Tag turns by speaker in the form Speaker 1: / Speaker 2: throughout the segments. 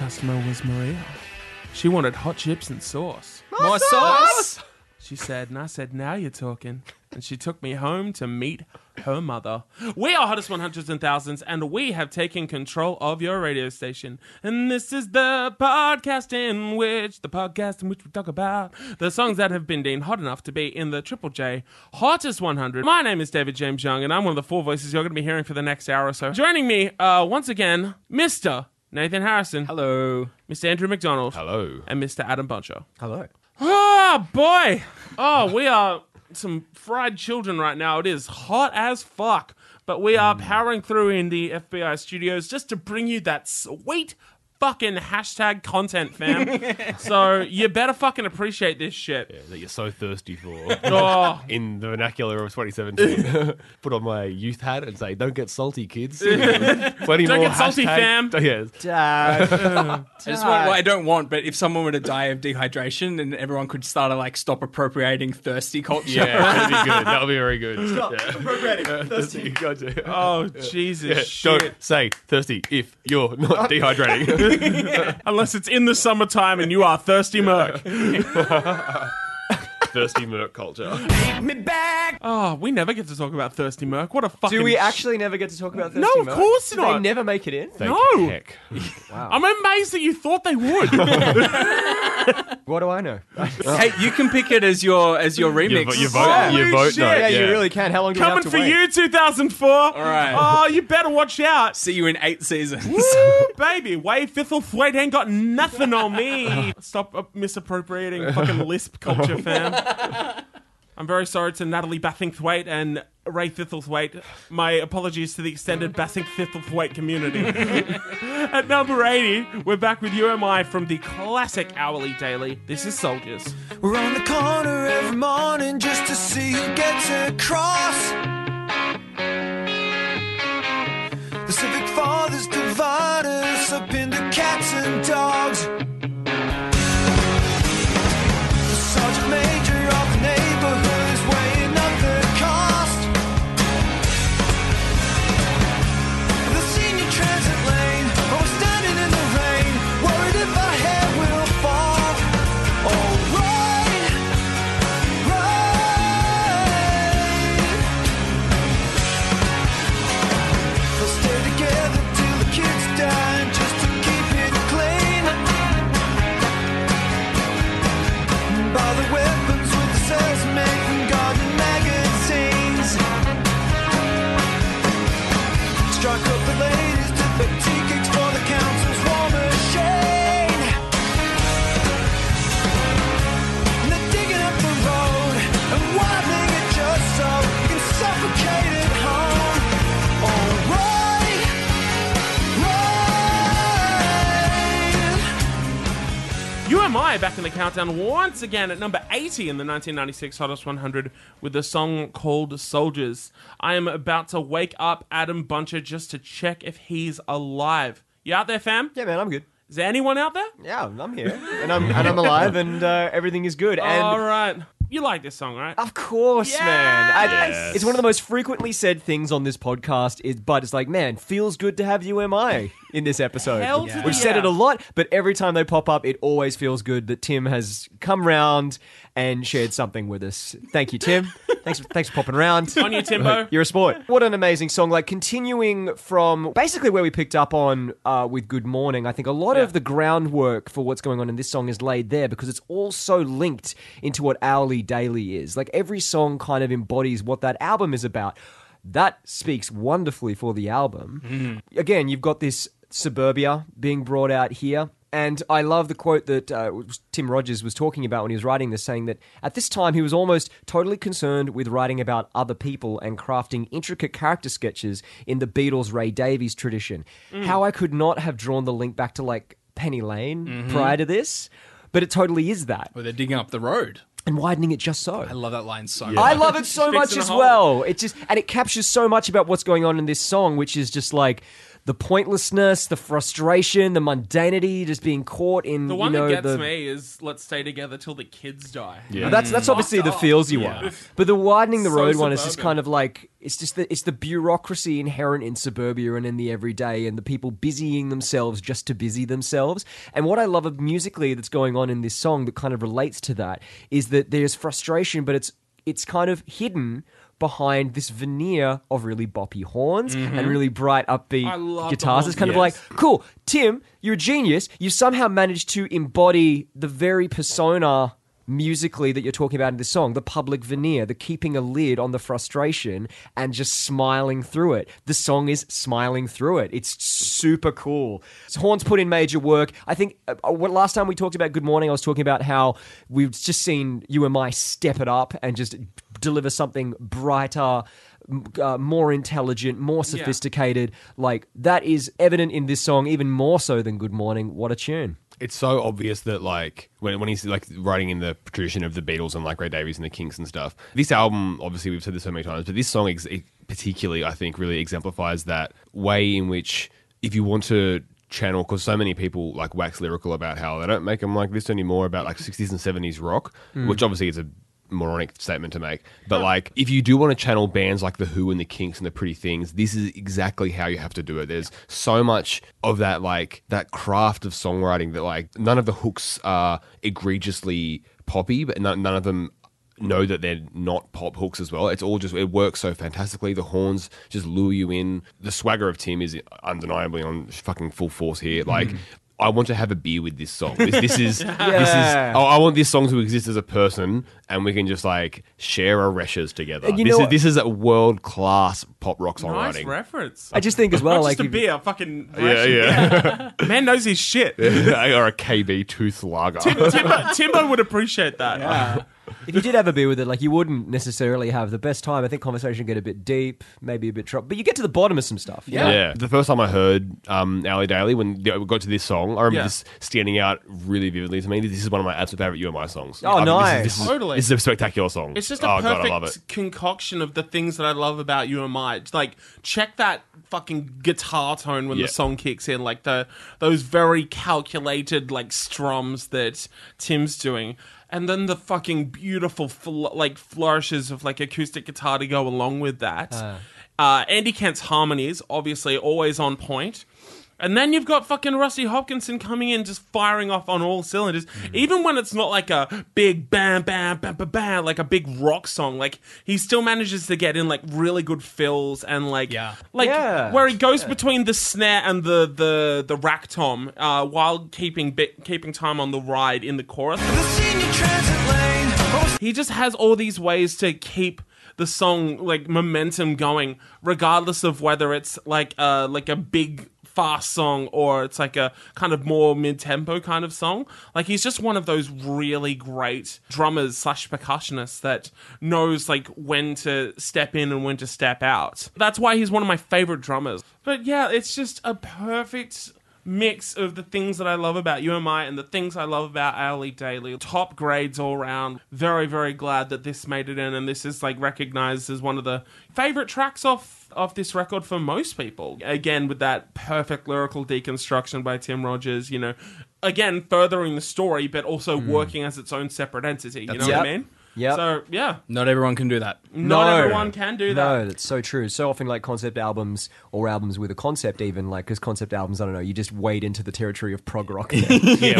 Speaker 1: was Maria. She wanted hot chips and sauce.
Speaker 2: My sauce!
Speaker 1: She said, and I said, now you're talking. And she took me home to meet her mother. We are Hottest 100s and Thousands, and we have taken control of your radio station. And this is the podcast in which, the podcast in which we talk about the songs that have been deemed hot enough to be in the Triple J Hottest 100. My name is David James Young, and I'm one of the four voices you're going to be hearing for the next hour or so. Joining me, uh, once again, Mr. Nathan Harrison,
Speaker 2: Hello.
Speaker 1: Mr. Andrew McDonald,
Speaker 3: Hello.
Speaker 1: and Mr. Adam Buncher.
Speaker 2: Hello.
Speaker 1: Oh boy! Oh, we are some fried children right now. It is hot as fuck, but we are powering through in the FBI studios just to bring you that sweet fucking hashtag content, fam. so you better fucking appreciate this shit.
Speaker 3: That you're so thirsty for.
Speaker 1: Oh,
Speaker 3: In the vernacular of 2017, put on my youth hat and say, "Don't get salty, kids." Plenty
Speaker 1: Don't
Speaker 3: more
Speaker 1: get salty,
Speaker 3: hashtag- Oh,
Speaker 1: fam.
Speaker 3: Yes.
Speaker 2: I just want, well, I don't want, but if someone were to die of dehydration and everyone could start to like stop appropriating thirsty culture.
Speaker 3: Yeah, that'd be good. That would be very good. Yeah. Thirsty. Gotcha.
Speaker 1: oh Jesus
Speaker 3: Yeah,
Speaker 1: shit!
Speaker 3: Don't say thirsty if you're not dehydrating.
Speaker 1: Unless it's in the summertime and you are thirsty, Merc.
Speaker 3: thirsty merc culture.
Speaker 4: me back.
Speaker 1: Oh, we never get to talk about thirsty, Merc. What a fucking
Speaker 4: Do we actually never get to talk about Thirsty
Speaker 1: No, of
Speaker 4: Merc?
Speaker 1: course
Speaker 4: Do
Speaker 1: not.
Speaker 4: They never make it in.
Speaker 3: Thank
Speaker 1: No.
Speaker 3: Heck.
Speaker 1: I'm amazed that you thought they would.
Speaker 4: What do Oh, I know?
Speaker 2: Hey, you can pick it as your as your
Speaker 3: You,
Speaker 2: remix.
Speaker 3: vo- you vote. you vote.
Speaker 1: shit.
Speaker 3: No,
Speaker 4: yeah, you really can. How long do
Speaker 1: Coming
Speaker 4: you have to
Speaker 1: for
Speaker 4: wait?
Speaker 1: you, 2004. All
Speaker 2: right.
Speaker 1: Oh, you better watch out.
Speaker 2: See you in eight seasons.
Speaker 1: Woo, baby, Wade Fithlethwaite ain't got nothing on me. Stop uh, misappropriating fucking lisp culture, fam. I'm very sorry to Natalie Bathingthwaite and Ray Fithlethwaite. My apologies to the extended Bathingthwaite community. At number 80, we're back with UMI from the classic Hourly Daily. This is Soldiers.
Speaker 5: We're on the corner every morning just to see who gets across. The civic fathers divide us up into cats and dogs. The sergeant major of the neighborhood is weighing up the cost. The senior transit lane, oh, we're standing in the rain, worried if our hair will fall. Oh, rain, rain. They'll stay together till the kids die just to keep it clean. And buy the weapons with the sales made from garden magazines. Strike up the ladies to the tickets for the council's war machine. And they're digging up the road and widening it just so you can suffocate at home. Oh, rain, rain.
Speaker 1: UMI back in the countdown once again at number 80 in the 1996 Hottest 100 with the song called Soldiers. I am about to wake up Adam Buncher just to check if he's alive. You out there, fam?
Speaker 4: Yeah, man, I'm good.
Speaker 1: Is there anyone out there?
Speaker 4: Yeah, I'm here, and I'm and I'm alive, and uh, everything is good. And Uh,
Speaker 1: All right. You like this song, right?
Speaker 4: Of course, man. I,
Speaker 3: Yes.
Speaker 4: It's one of the most frequently said things on this podcast. Is but it's like, man, feels good to have UMI in this episode.
Speaker 1: Hell to the
Speaker 4: We've said
Speaker 1: yeah.
Speaker 4: it a lot, but every time they pop up, it always feels good that Tim has come round and shared something with us. Thank you, Tim. thanks, thanks for popping round.
Speaker 1: On you, Timbo.
Speaker 4: You're a sport. What an amazing song. Like, continuing from basically where we picked up on uh, with Good Morning, I think a lot of the groundwork for what's going on in this song is laid there because it's all so linked into what Hourly Daily is. Like, every song kind of embodies what that album is about. That speaks wonderfully for the album again, you've got this suburbia being brought out here. And I love the quote that uh, Tim Rogers was talking about when he was writing this, saying that at this time he was almost totally concerned with writing about other people and crafting intricate character sketches in the Beatles' Ray Davies tradition. How I could not have drawn the link back to like Penny Lane prior to this, but it totally is that.
Speaker 2: Well, they're digging up the road.
Speaker 4: And widening it just so.
Speaker 2: I love that line so
Speaker 4: I
Speaker 2: much.
Speaker 4: love it so
Speaker 1: Fixing
Speaker 4: much
Speaker 1: a
Speaker 4: as
Speaker 1: hole.
Speaker 4: well. It just and it captures so much about what's going on in this song, which is just like the pointlessness, the frustration, the mundanity, just being caught in
Speaker 1: The one
Speaker 4: you know,
Speaker 1: that gets
Speaker 4: the,
Speaker 1: me is let's stay together till the kids die.
Speaker 4: Well, that's that's obviously the feelsy one, but the widening the
Speaker 1: So
Speaker 4: road one is just
Speaker 1: suburban.
Speaker 4: kind of like it's just the it's the bureaucracy inherent in suburbia and in the everyday, and the people busying themselves just to busy themselves. And what I love of musically that's going on in this song that kind of relates to that is that there's frustration, but it's it's kind of hidden behind this veneer of really boppy horns and really bright
Speaker 1: Mm-hmm. I love
Speaker 4: upbeat
Speaker 1: the
Speaker 4: guitars.
Speaker 1: horns,
Speaker 4: It's kind of
Speaker 1: yes.
Speaker 4: like cool, Tim, you're a genius. You somehow managed to embody the very persona musically that you're talking about in this song the public veneer, the keeping a lid on the frustration and just smiling through it. The song is smiling through it. It's super cool. So Horns put in major work. I think uh, uh, what- last time we talked about Good Morning, I was talking about how we've just seen you and my step it up and just deliver something brighter. m- Uh, more intelligent, more sophisticated. Like that is evident in this song, even more so than Good Morning. What a tune!
Speaker 3: it's so obvious that like when, when he's like writing in the tradition of the Beatles and like Ray Davies and the Kinks and stuff. This album, obviously, we've said this so many times, but this song ex- it particularly, I think, really exemplifies that way in which if you want to channel because so many people like wax lyrical about how they don't make them like this anymore about like 60s and 70s rock which obviously is a moronic statement to make but like if you do want to channel bands like the who and the kinks and the pretty things this is exactly how you have to do it there's so much of that like that craft of songwriting that like none of the hooks are egregiously poppy but none, none of them know that they're not pop hooks as well. It's all just it works so fantastically. The horns just lure you in. The swagger of Tim is undeniably on fucking full force here. Like I want to have a beer with this song. This, this is this
Speaker 4: Yeah.
Speaker 3: is. Oh, I, I want this song to exist as a person, and we can just like share our reshes together.
Speaker 4: And you
Speaker 3: this
Speaker 4: know
Speaker 3: is
Speaker 4: what-
Speaker 3: this is a world class pop rock
Speaker 1: Nice
Speaker 3: songwriting.
Speaker 1: reference.
Speaker 4: I just think as well,
Speaker 1: Not
Speaker 4: like
Speaker 1: just a
Speaker 4: if you-
Speaker 1: beer, fucking
Speaker 3: yeah,
Speaker 1: ration.
Speaker 3: yeah,
Speaker 1: Man knows his shit.
Speaker 3: or a KB tooth lager.
Speaker 1: Timbo, Timbo would appreciate that.
Speaker 4: if you did have a beer with it, like you wouldn't necessarily have the best time. I think conversation get a bit deep, maybe a bit trop, but you get to the bottom of some stuff. you
Speaker 3: Yeah.
Speaker 4: know?
Speaker 3: The first time I heard um, Ali Daly, when the- we got to this song, I remember
Speaker 1: Yeah.
Speaker 3: this standing out really vividly to me. This is one of my absolute favorite UMI songs.
Speaker 4: Oh,
Speaker 3: I mean,
Speaker 4: nice.
Speaker 3: This is, this is,
Speaker 1: Totally.
Speaker 3: This is a spectacular song.
Speaker 1: It's just a
Speaker 3: oh,
Speaker 1: perfect
Speaker 3: God, I love it.
Speaker 1: concoction of the things that I love about you and my. It's Like, check that fucking guitar tone when
Speaker 3: Yeah.
Speaker 1: the song kicks in, like the those very calculated like strums that Tim's doing, and then the fucking beautiful fl- like flourishes of like acoustic guitar to go along with that. Uh, Andy Kent's harmonies, obviously, always on point. And then you've got fucking Rusty Hopkinson coming in, just firing off on all cylinders. Even when it's not like a big bam, bam, bam, bam, bam, like a big rock song, like he still manages to get in like really good fills and like,
Speaker 2: Yeah.
Speaker 1: like
Speaker 4: Yeah.
Speaker 1: where he goes between the snare and the the the rack tom uh, while keeping bit, keeping time on the ride in the chorus.
Speaker 5: The senior transit lane, most
Speaker 1: He just has all these ways to keep the song like momentum going, regardless of whether it's like a like a big fast song or it's like a kind of more mid-tempo kind of song. Like he's just one of those really great drummers slash percussionists that knows like when to step in and when to step out. That's why he's one of my favorite drummers. But yeah, it's just a perfect mix of the things that I love about UMI and the things I love about Ali Daily. Top grades all round. Very, very glad that this made it in and this is like recognized as one of the favorite tracks off of this record for most people. Again, with that perfect lyrical deconstruction by Tim Rogers, you know, again furthering the story but also
Speaker 2: Hmm.
Speaker 1: working as its own separate entity. You know
Speaker 4: Yep.
Speaker 1: what I mean?
Speaker 4: Yep.
Speaker 1: So yeah.
Speaker 2: Not everyone can do that.
Speaker 1: Not
Speaker 4: No.
Speaker 1: everyone can do that.
Speaker 4: No, that's so true. So often, like concept albums or albums with a concept, even like because concept albums, I don't know, you just wade into the territory of prog rock.
Speaker 3: Yeah,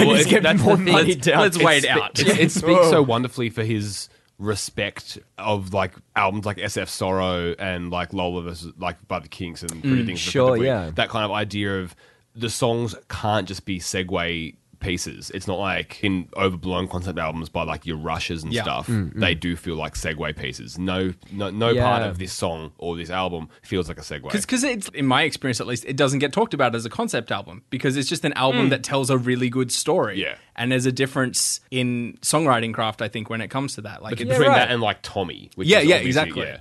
Speaker 3: well, it, that's the thing.
Speaker 2: Let's, let's wade out.
Speaker 3: It, it speaks so wonderfully for his respect of like albums like SF Sorrow and like Lola versus like by the Kinks and Pretty Things.
Speaker 4: sure,
Speaker 3: respectively.
Speaker 4: yeah.
Speaker 3: That kind of idea of the songs can't just be segue pieces. It's not like in overblown concept albums by like your rushes and
Speaker 2: Yeah.
Speaker 3: stuff. They do feel like segue pieces. No, no, no
Speaker 4: Yeah.
Speaker 3: part of this song or this album feels like a segue.
Speaker 2: Because it's in my experience at least, it doesn't get talked about as a concept album because it's just an album
Speaker 4: Mm.
Speaker 2: that tells a really good story.
Speaker 3: Yeah.
Speaker 2: and there's a difference in songwriting craft, I think, when it comes to that. Like
Speaker 3: between
Speaker 2: it's-
Speaker 4: right.
Speaker 3: that and like Tommy, which
Speaker 2: yeah,
Speaker 3: is
Speaker 2: yeah,
Speaker 3: obviously-
Speaker 2: exactly.
Speaker 3: yeah.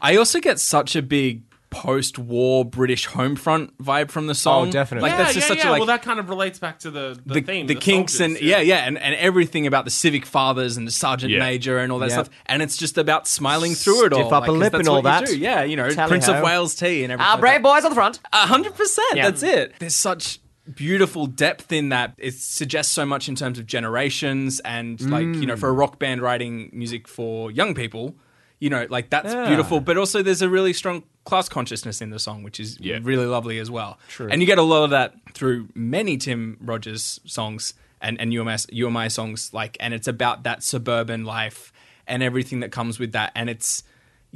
Speaker 2: I also get such a big post-war British home front vibe from the song.
Speaker 4: Oh, definitely.
Speaker 2: Like
Speaker 1: yeah,
Speaker 2: that's just
Speaker 1: yeah,
Speaker 2: such
Speaker 1: yeah.
Speaker 2: a like
Speaker 1: well, that kind of relates back to the the, theme, the,
Speaker 2: kinks
Speaker 1: soldiers,
Speaker 2: and yeah, yeah, and, and everything about the civic fathers and the sergeant
Speaker 3: Yeah.
Speaker 2: major and all that
Speaker 4: Yeah.
Speaker 2: stuff. And it's just about smiling through it all,
Speaker 4: Stiff upper
Speaker 2: like, 'cause
Speaker 4: lip
Speaker 2: that's
Speaker 4: and all
Speaker 2: what you
Speaker 4: that.
Speaker 2: do. Yeah, you know,
Speaker 4: Tally
Speaker 2: Prince
Speaker 4: ho.
Speaker 2: of Wales tea and everything.
Speaker 4: Our
Speaker 2: like
Speaker 4: brave boys on the front.
Speaker 2: a hundred percent.
Speaker 4: Yeah.
Speaker 2: That's it. There's such beautiful depth in that. It suggests so much in terms of generations and like you know, for a rock band writing music for young people, you know, like that's
Speaker 4: Yeah.
Speaker 2: beautiful. But also, there's a really strong class consciousness in the song, which is
Speaker 3: Yeah.
Speaker 2: really lovely as well. True. And you get a lot of that through many Tim Rogers songs and and UMS UMI songs. Like, and it's about that suburban life and everything that comes with that. And it's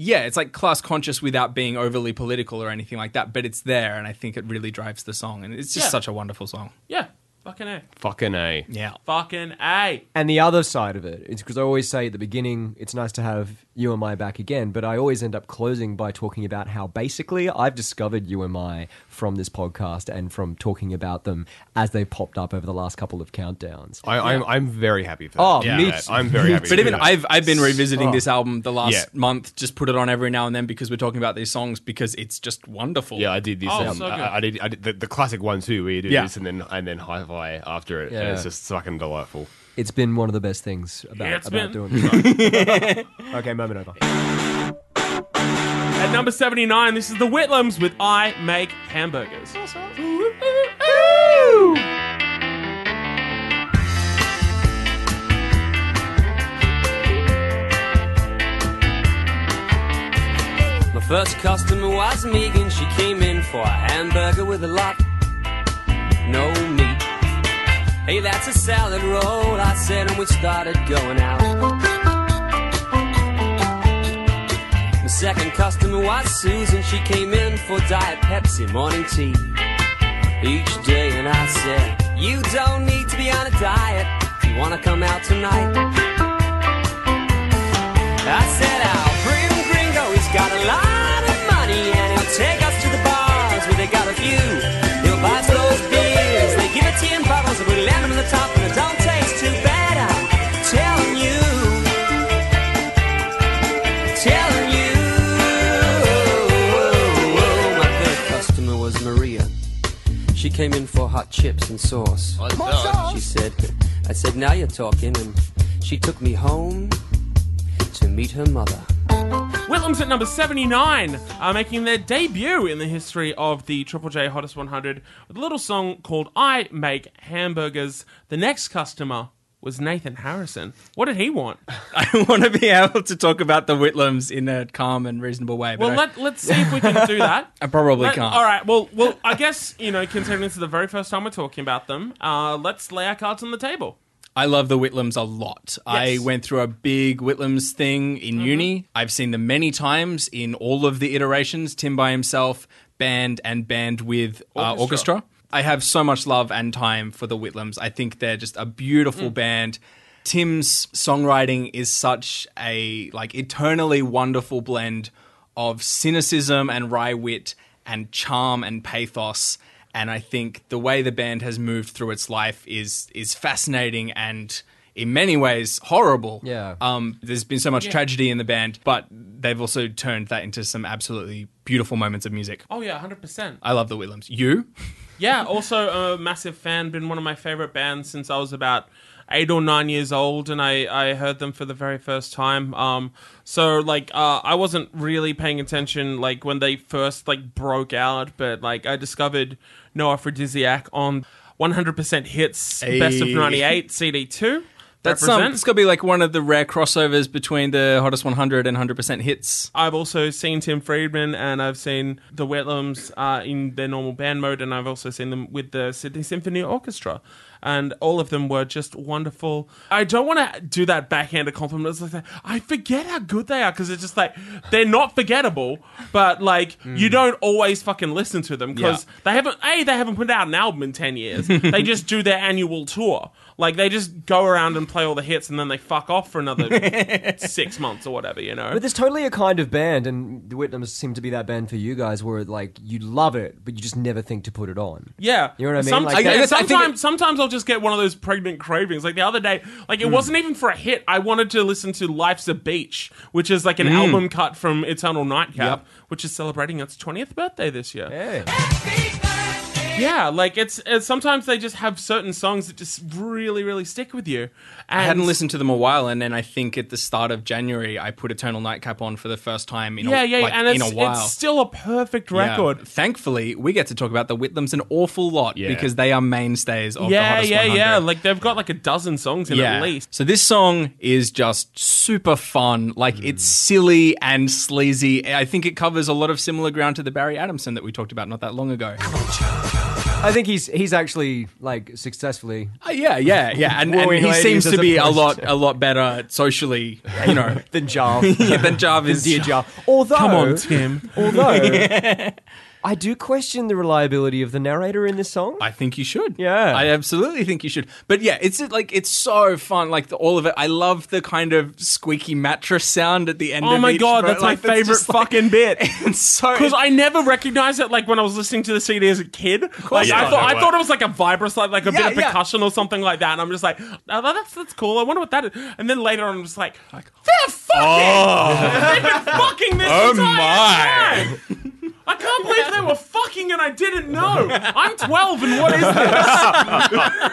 Speaker 2: yeah, it's like class conscious without being overly political or anything like that, but it's there and I think it really drives the song and it's just
Speaker 1: Yeah.
Speaker 2: such a wonderful song.
Speaker 1: yeah, fucking a,
Speaker 3: Fucking a.
Speaker 2: Yeah.
Speaker 1: fucking a.
Speaker 4: And the other side of it is because I always say at the beginning, it's nice to have UMI back again, but I always end up closing by talking about how basically I've discovered UMI from this podcast and from talking about them as they popped up over the last couple of countdowns.
Speaker 3: I, I'm I'm very happy for that.
Speaker 4: Oh, me
Speaker 3: that.
Speaker 4: too.
Speaker 3: I'm very happy.
Speaker 2: But
Speaker 3: for
Speaker 2: even
Speaker 3: that.
Speaker 2: I've I've been revisiting
Speaker 4: Oh.
Speaker 2: this album the last
Speaker 3: Yeah.
Speaker 2: month, just put it on every now and then because we're talking about these songs because it's just wonderful.
Speaker 3: Yeah, I did this.
Speaker 1: Oh,
Speaker 3: um,
Speaker 1: so good.
Speaker 3: I, I did, I did the, the classic one too, where you do
Speaker 2: Yeah.
Speaker 3: this and then and then high fi after it, and
Speaker 4: Yeah.
Speaker 3: it's just fucking delightful.
Speaker 4: It's been one of the best things about,
Speaker 1: Yeah, it's
Speaker 4: about
Speaker 1: been.
Speaker 4: doing this. okay, moment over.
Speaker 1: At number seventy nine, this is the Whitlams with "I Make Hamburgers."
Speaker 6: My first customer was Megan. She came in for a hamburger with a lot. No meat. Hey, that's a salad roll, I said, and we started going out. My second customer was Susan. She came in for Diet Pepsi morning tea each day, and I said, You don't need to be on a diet. You want to come out tonight? I said, I'll bring Gringo, he's got a lot of money and he'll take us to the bars where they got a few. He'll buy us those beers, they give it to you in bottles and we land them on the top and it don't taste too bad, I'm telling you. Telling you. My third customer was Maria. She came in for hot chips and sauce. She said, I said, now you're talking. And she took me home to meet her mother.
Speaker 1: Whitlam's at number 79 are making their debut in the history of the Triple J Hottest 100 with a little song called I Make Hamburgers. The next customer was Nathan Harrison. What did he want?
Speaker 2: I want to be able to talk about the Whitlams in a calm and reasonable way. But
Speaker 1: Well,
Speaker 2: I-
Speaker 1: let, let's see if we can do that.
Speaker 2: I probably can't.
Speaker 1: All right. Well, well, I guess, you know, considering this is the very first time we're talking about them, uh, let's lay our cards on the table.
Speaker 2: I love the Whitlams a lot. I
Speaker 1: Yes.
Speaker 2: went through a big Whitlams thing in uni. I've seen them many times in all of the iterations Tim by himself, band, and band with uh,
Speaker 1: Orchestra.
Speaker 2: orchestra. I have so much love and time for the Whitlams. I think they're just a beautiful band. Tim's songwriting is such a like eternally wonderful blend of cynicism and wry wit and charm and pathos. And I think the way the band has moved through its life is is fascinating and in many ways horrible.
Speaker 4: Yeah.
Speaker 2: Um, there's been so much tragedy in the band, but they've also turned that into some absolutely beautiful moments of music.
Speaker 1: Oh, yeah, 100%.
Speaker 2: I love the Whitlams. You?
Speaker 1: Yeah, also a massive fan, been one of my favorite bands since I was about eight or nine years old, and I, I heard them for the very first time. Um, so like uh, I wasn't really paying attention like when they first like broke out, but like I discovered No Aphrodisiac on 100% Hits Best of
Speaker 2: Hey.
Speaker 1: 98 CD2.
Speaker 2: That's some.
Speaker 1: Represent.
Speaker 2: It's got to be like one of the rare crossovers between the hottest 100 and 100% hits.
Speaker 1: I've also seen Tim Friedman and I've seen the Wetlands uh, in their normal band mode, and I've also seen them with the Sydney Symphony Orchestra. And all of them were just wonderful. I don't want to do that backhanded compliment. It's like that. I forget how good they are because it's just like they're not forgettable, but like you don't always fucking listen to them because
Speaker 2: Yeah.
Speaker 1: they haven't. A, they haven't put out an album in ten years. they just do their annual tour. Like they just go around and play all the hits and then they fuck off for another six months or whatever, you know.
Speaker 4: But there's totally a kind of band, and the Whitnums seem to be that band for you guys, where like you love it, but you just never think to put it on.
Speaker 1: Yeah,
Speaker 4: You know what I mean?
Speaker 1: Some-
Speaker 4: Like,
Speaker 1: yeah,
Speaker 4: I guess- I think
Speaker 1: sometimes, sometimes I'll just get one of those pregnant cravings. Like the other day, like it
Speaker 2: Hmm.
Speaker 1: wasn't even for a hit. I wanted to listen to "Life's a Beach," which is
Speaker 2: Hmm.
Speaker 1: like an album cut from Eternal Nightcap, which is celebrating its twentieth birthday this year. Yeah, like it's, it's sometimes they just have certain songs that just really, really stick with you. And
Speaker 2: I hadn't listened to them a while, and then I think at the start of January, I put Eternal Nightcap on for the first time in
Speaker 1: Yeah,
Speaker 2: a,
Speaker 1: yeah,
Speaker 2: like,
Speaker 1: and
Speaker 2: in
Speaker 1: it's,
Speaker 2: a while.
Speaker 1: it's still a perfect
Speaker 2: Yeah.
Speaker 1: record.
Speaker 2: Thankfully, we get to talk about the Whitlams an awful lot
Speaker 3: Yeah.
Speaker 2: because they are mainstays of the
Speaker 1: Yeah,
Speaker 2: hottest
Speaker 1: yeah,
Speaker 2: 100.
Speaker 1: yeah. Like they've got like a dozen songs in at least.
Speaker 2: So this song is just super fun. Like it's
Speaker 4: Mm.
Speaker 2: silly and sleazy. I think it covers a lot of similar ground to the Barry Adamson that we talked about not that long ago.
Speaker 4: I think he's he's actually like successfully.
Speaker 2: Uh, yeah, yeah, yeah. And,
Speaker 4: Wooing
Speaker 2: and he
Speaker 4: ladies
Speaker 2: seems
Speaker 4: as
Speaker 2: to be a
Speaker 4: opposed
Speaker 2: lot,
Speaker 4: to-
Speaker 2: a lot better socially, you know,
Speaker 4: Than Jarl,
Speaker 2: than Jarv is.
Speaker 4: dear Jarl. Although,
Speaker 1: Come on, Tim.
Speaker 4: although I do question the reliability of the narrator in this song.
Speaker 2: I think you should.
Speaker 4: Yeah.
Speaker 2: I absolutely think you should. But yeah, it's like it's so fun. Like the, all of it. I love the kind of squeaky mattress sound at the end.
Speaker 1: Oh
Speaker 2: of
Speaker 1: my
Speaker 2: each
Speaker 1: god,
Speaker 2: bro-
Speaker 1: that's
Speaker 2: like,
Speaker 1: my favorite
Speaker 2: just, like,
Speaker 1: fucking bit.
Speaker 2: It's so
Speaker 1: Because I never recognized it, like when I was listening to the CD as a kid. Like
Speaker 2: Yeah,
Speaker 1: I
Speaker 2: I
Speaker 1: thought,
Speaker 3: know
Speaker 1: I
Speaker 3: what.
Speaker 1: thought it was like a vibra, like, like a
Speaker 2: Yeah,
Speaker 1: bit of
Speaker 2: yeah.
Speaker 1: percussion or something like that. And I'm just like, oh, that's that's cool. I wonder what that is. And then later on, I'm just like, they're fucking. They've been fucking this
Speaker 3: Oh
Speaker 1: entire time. I can't believe they were fucking and I didn't know. I'm 12 and what is this?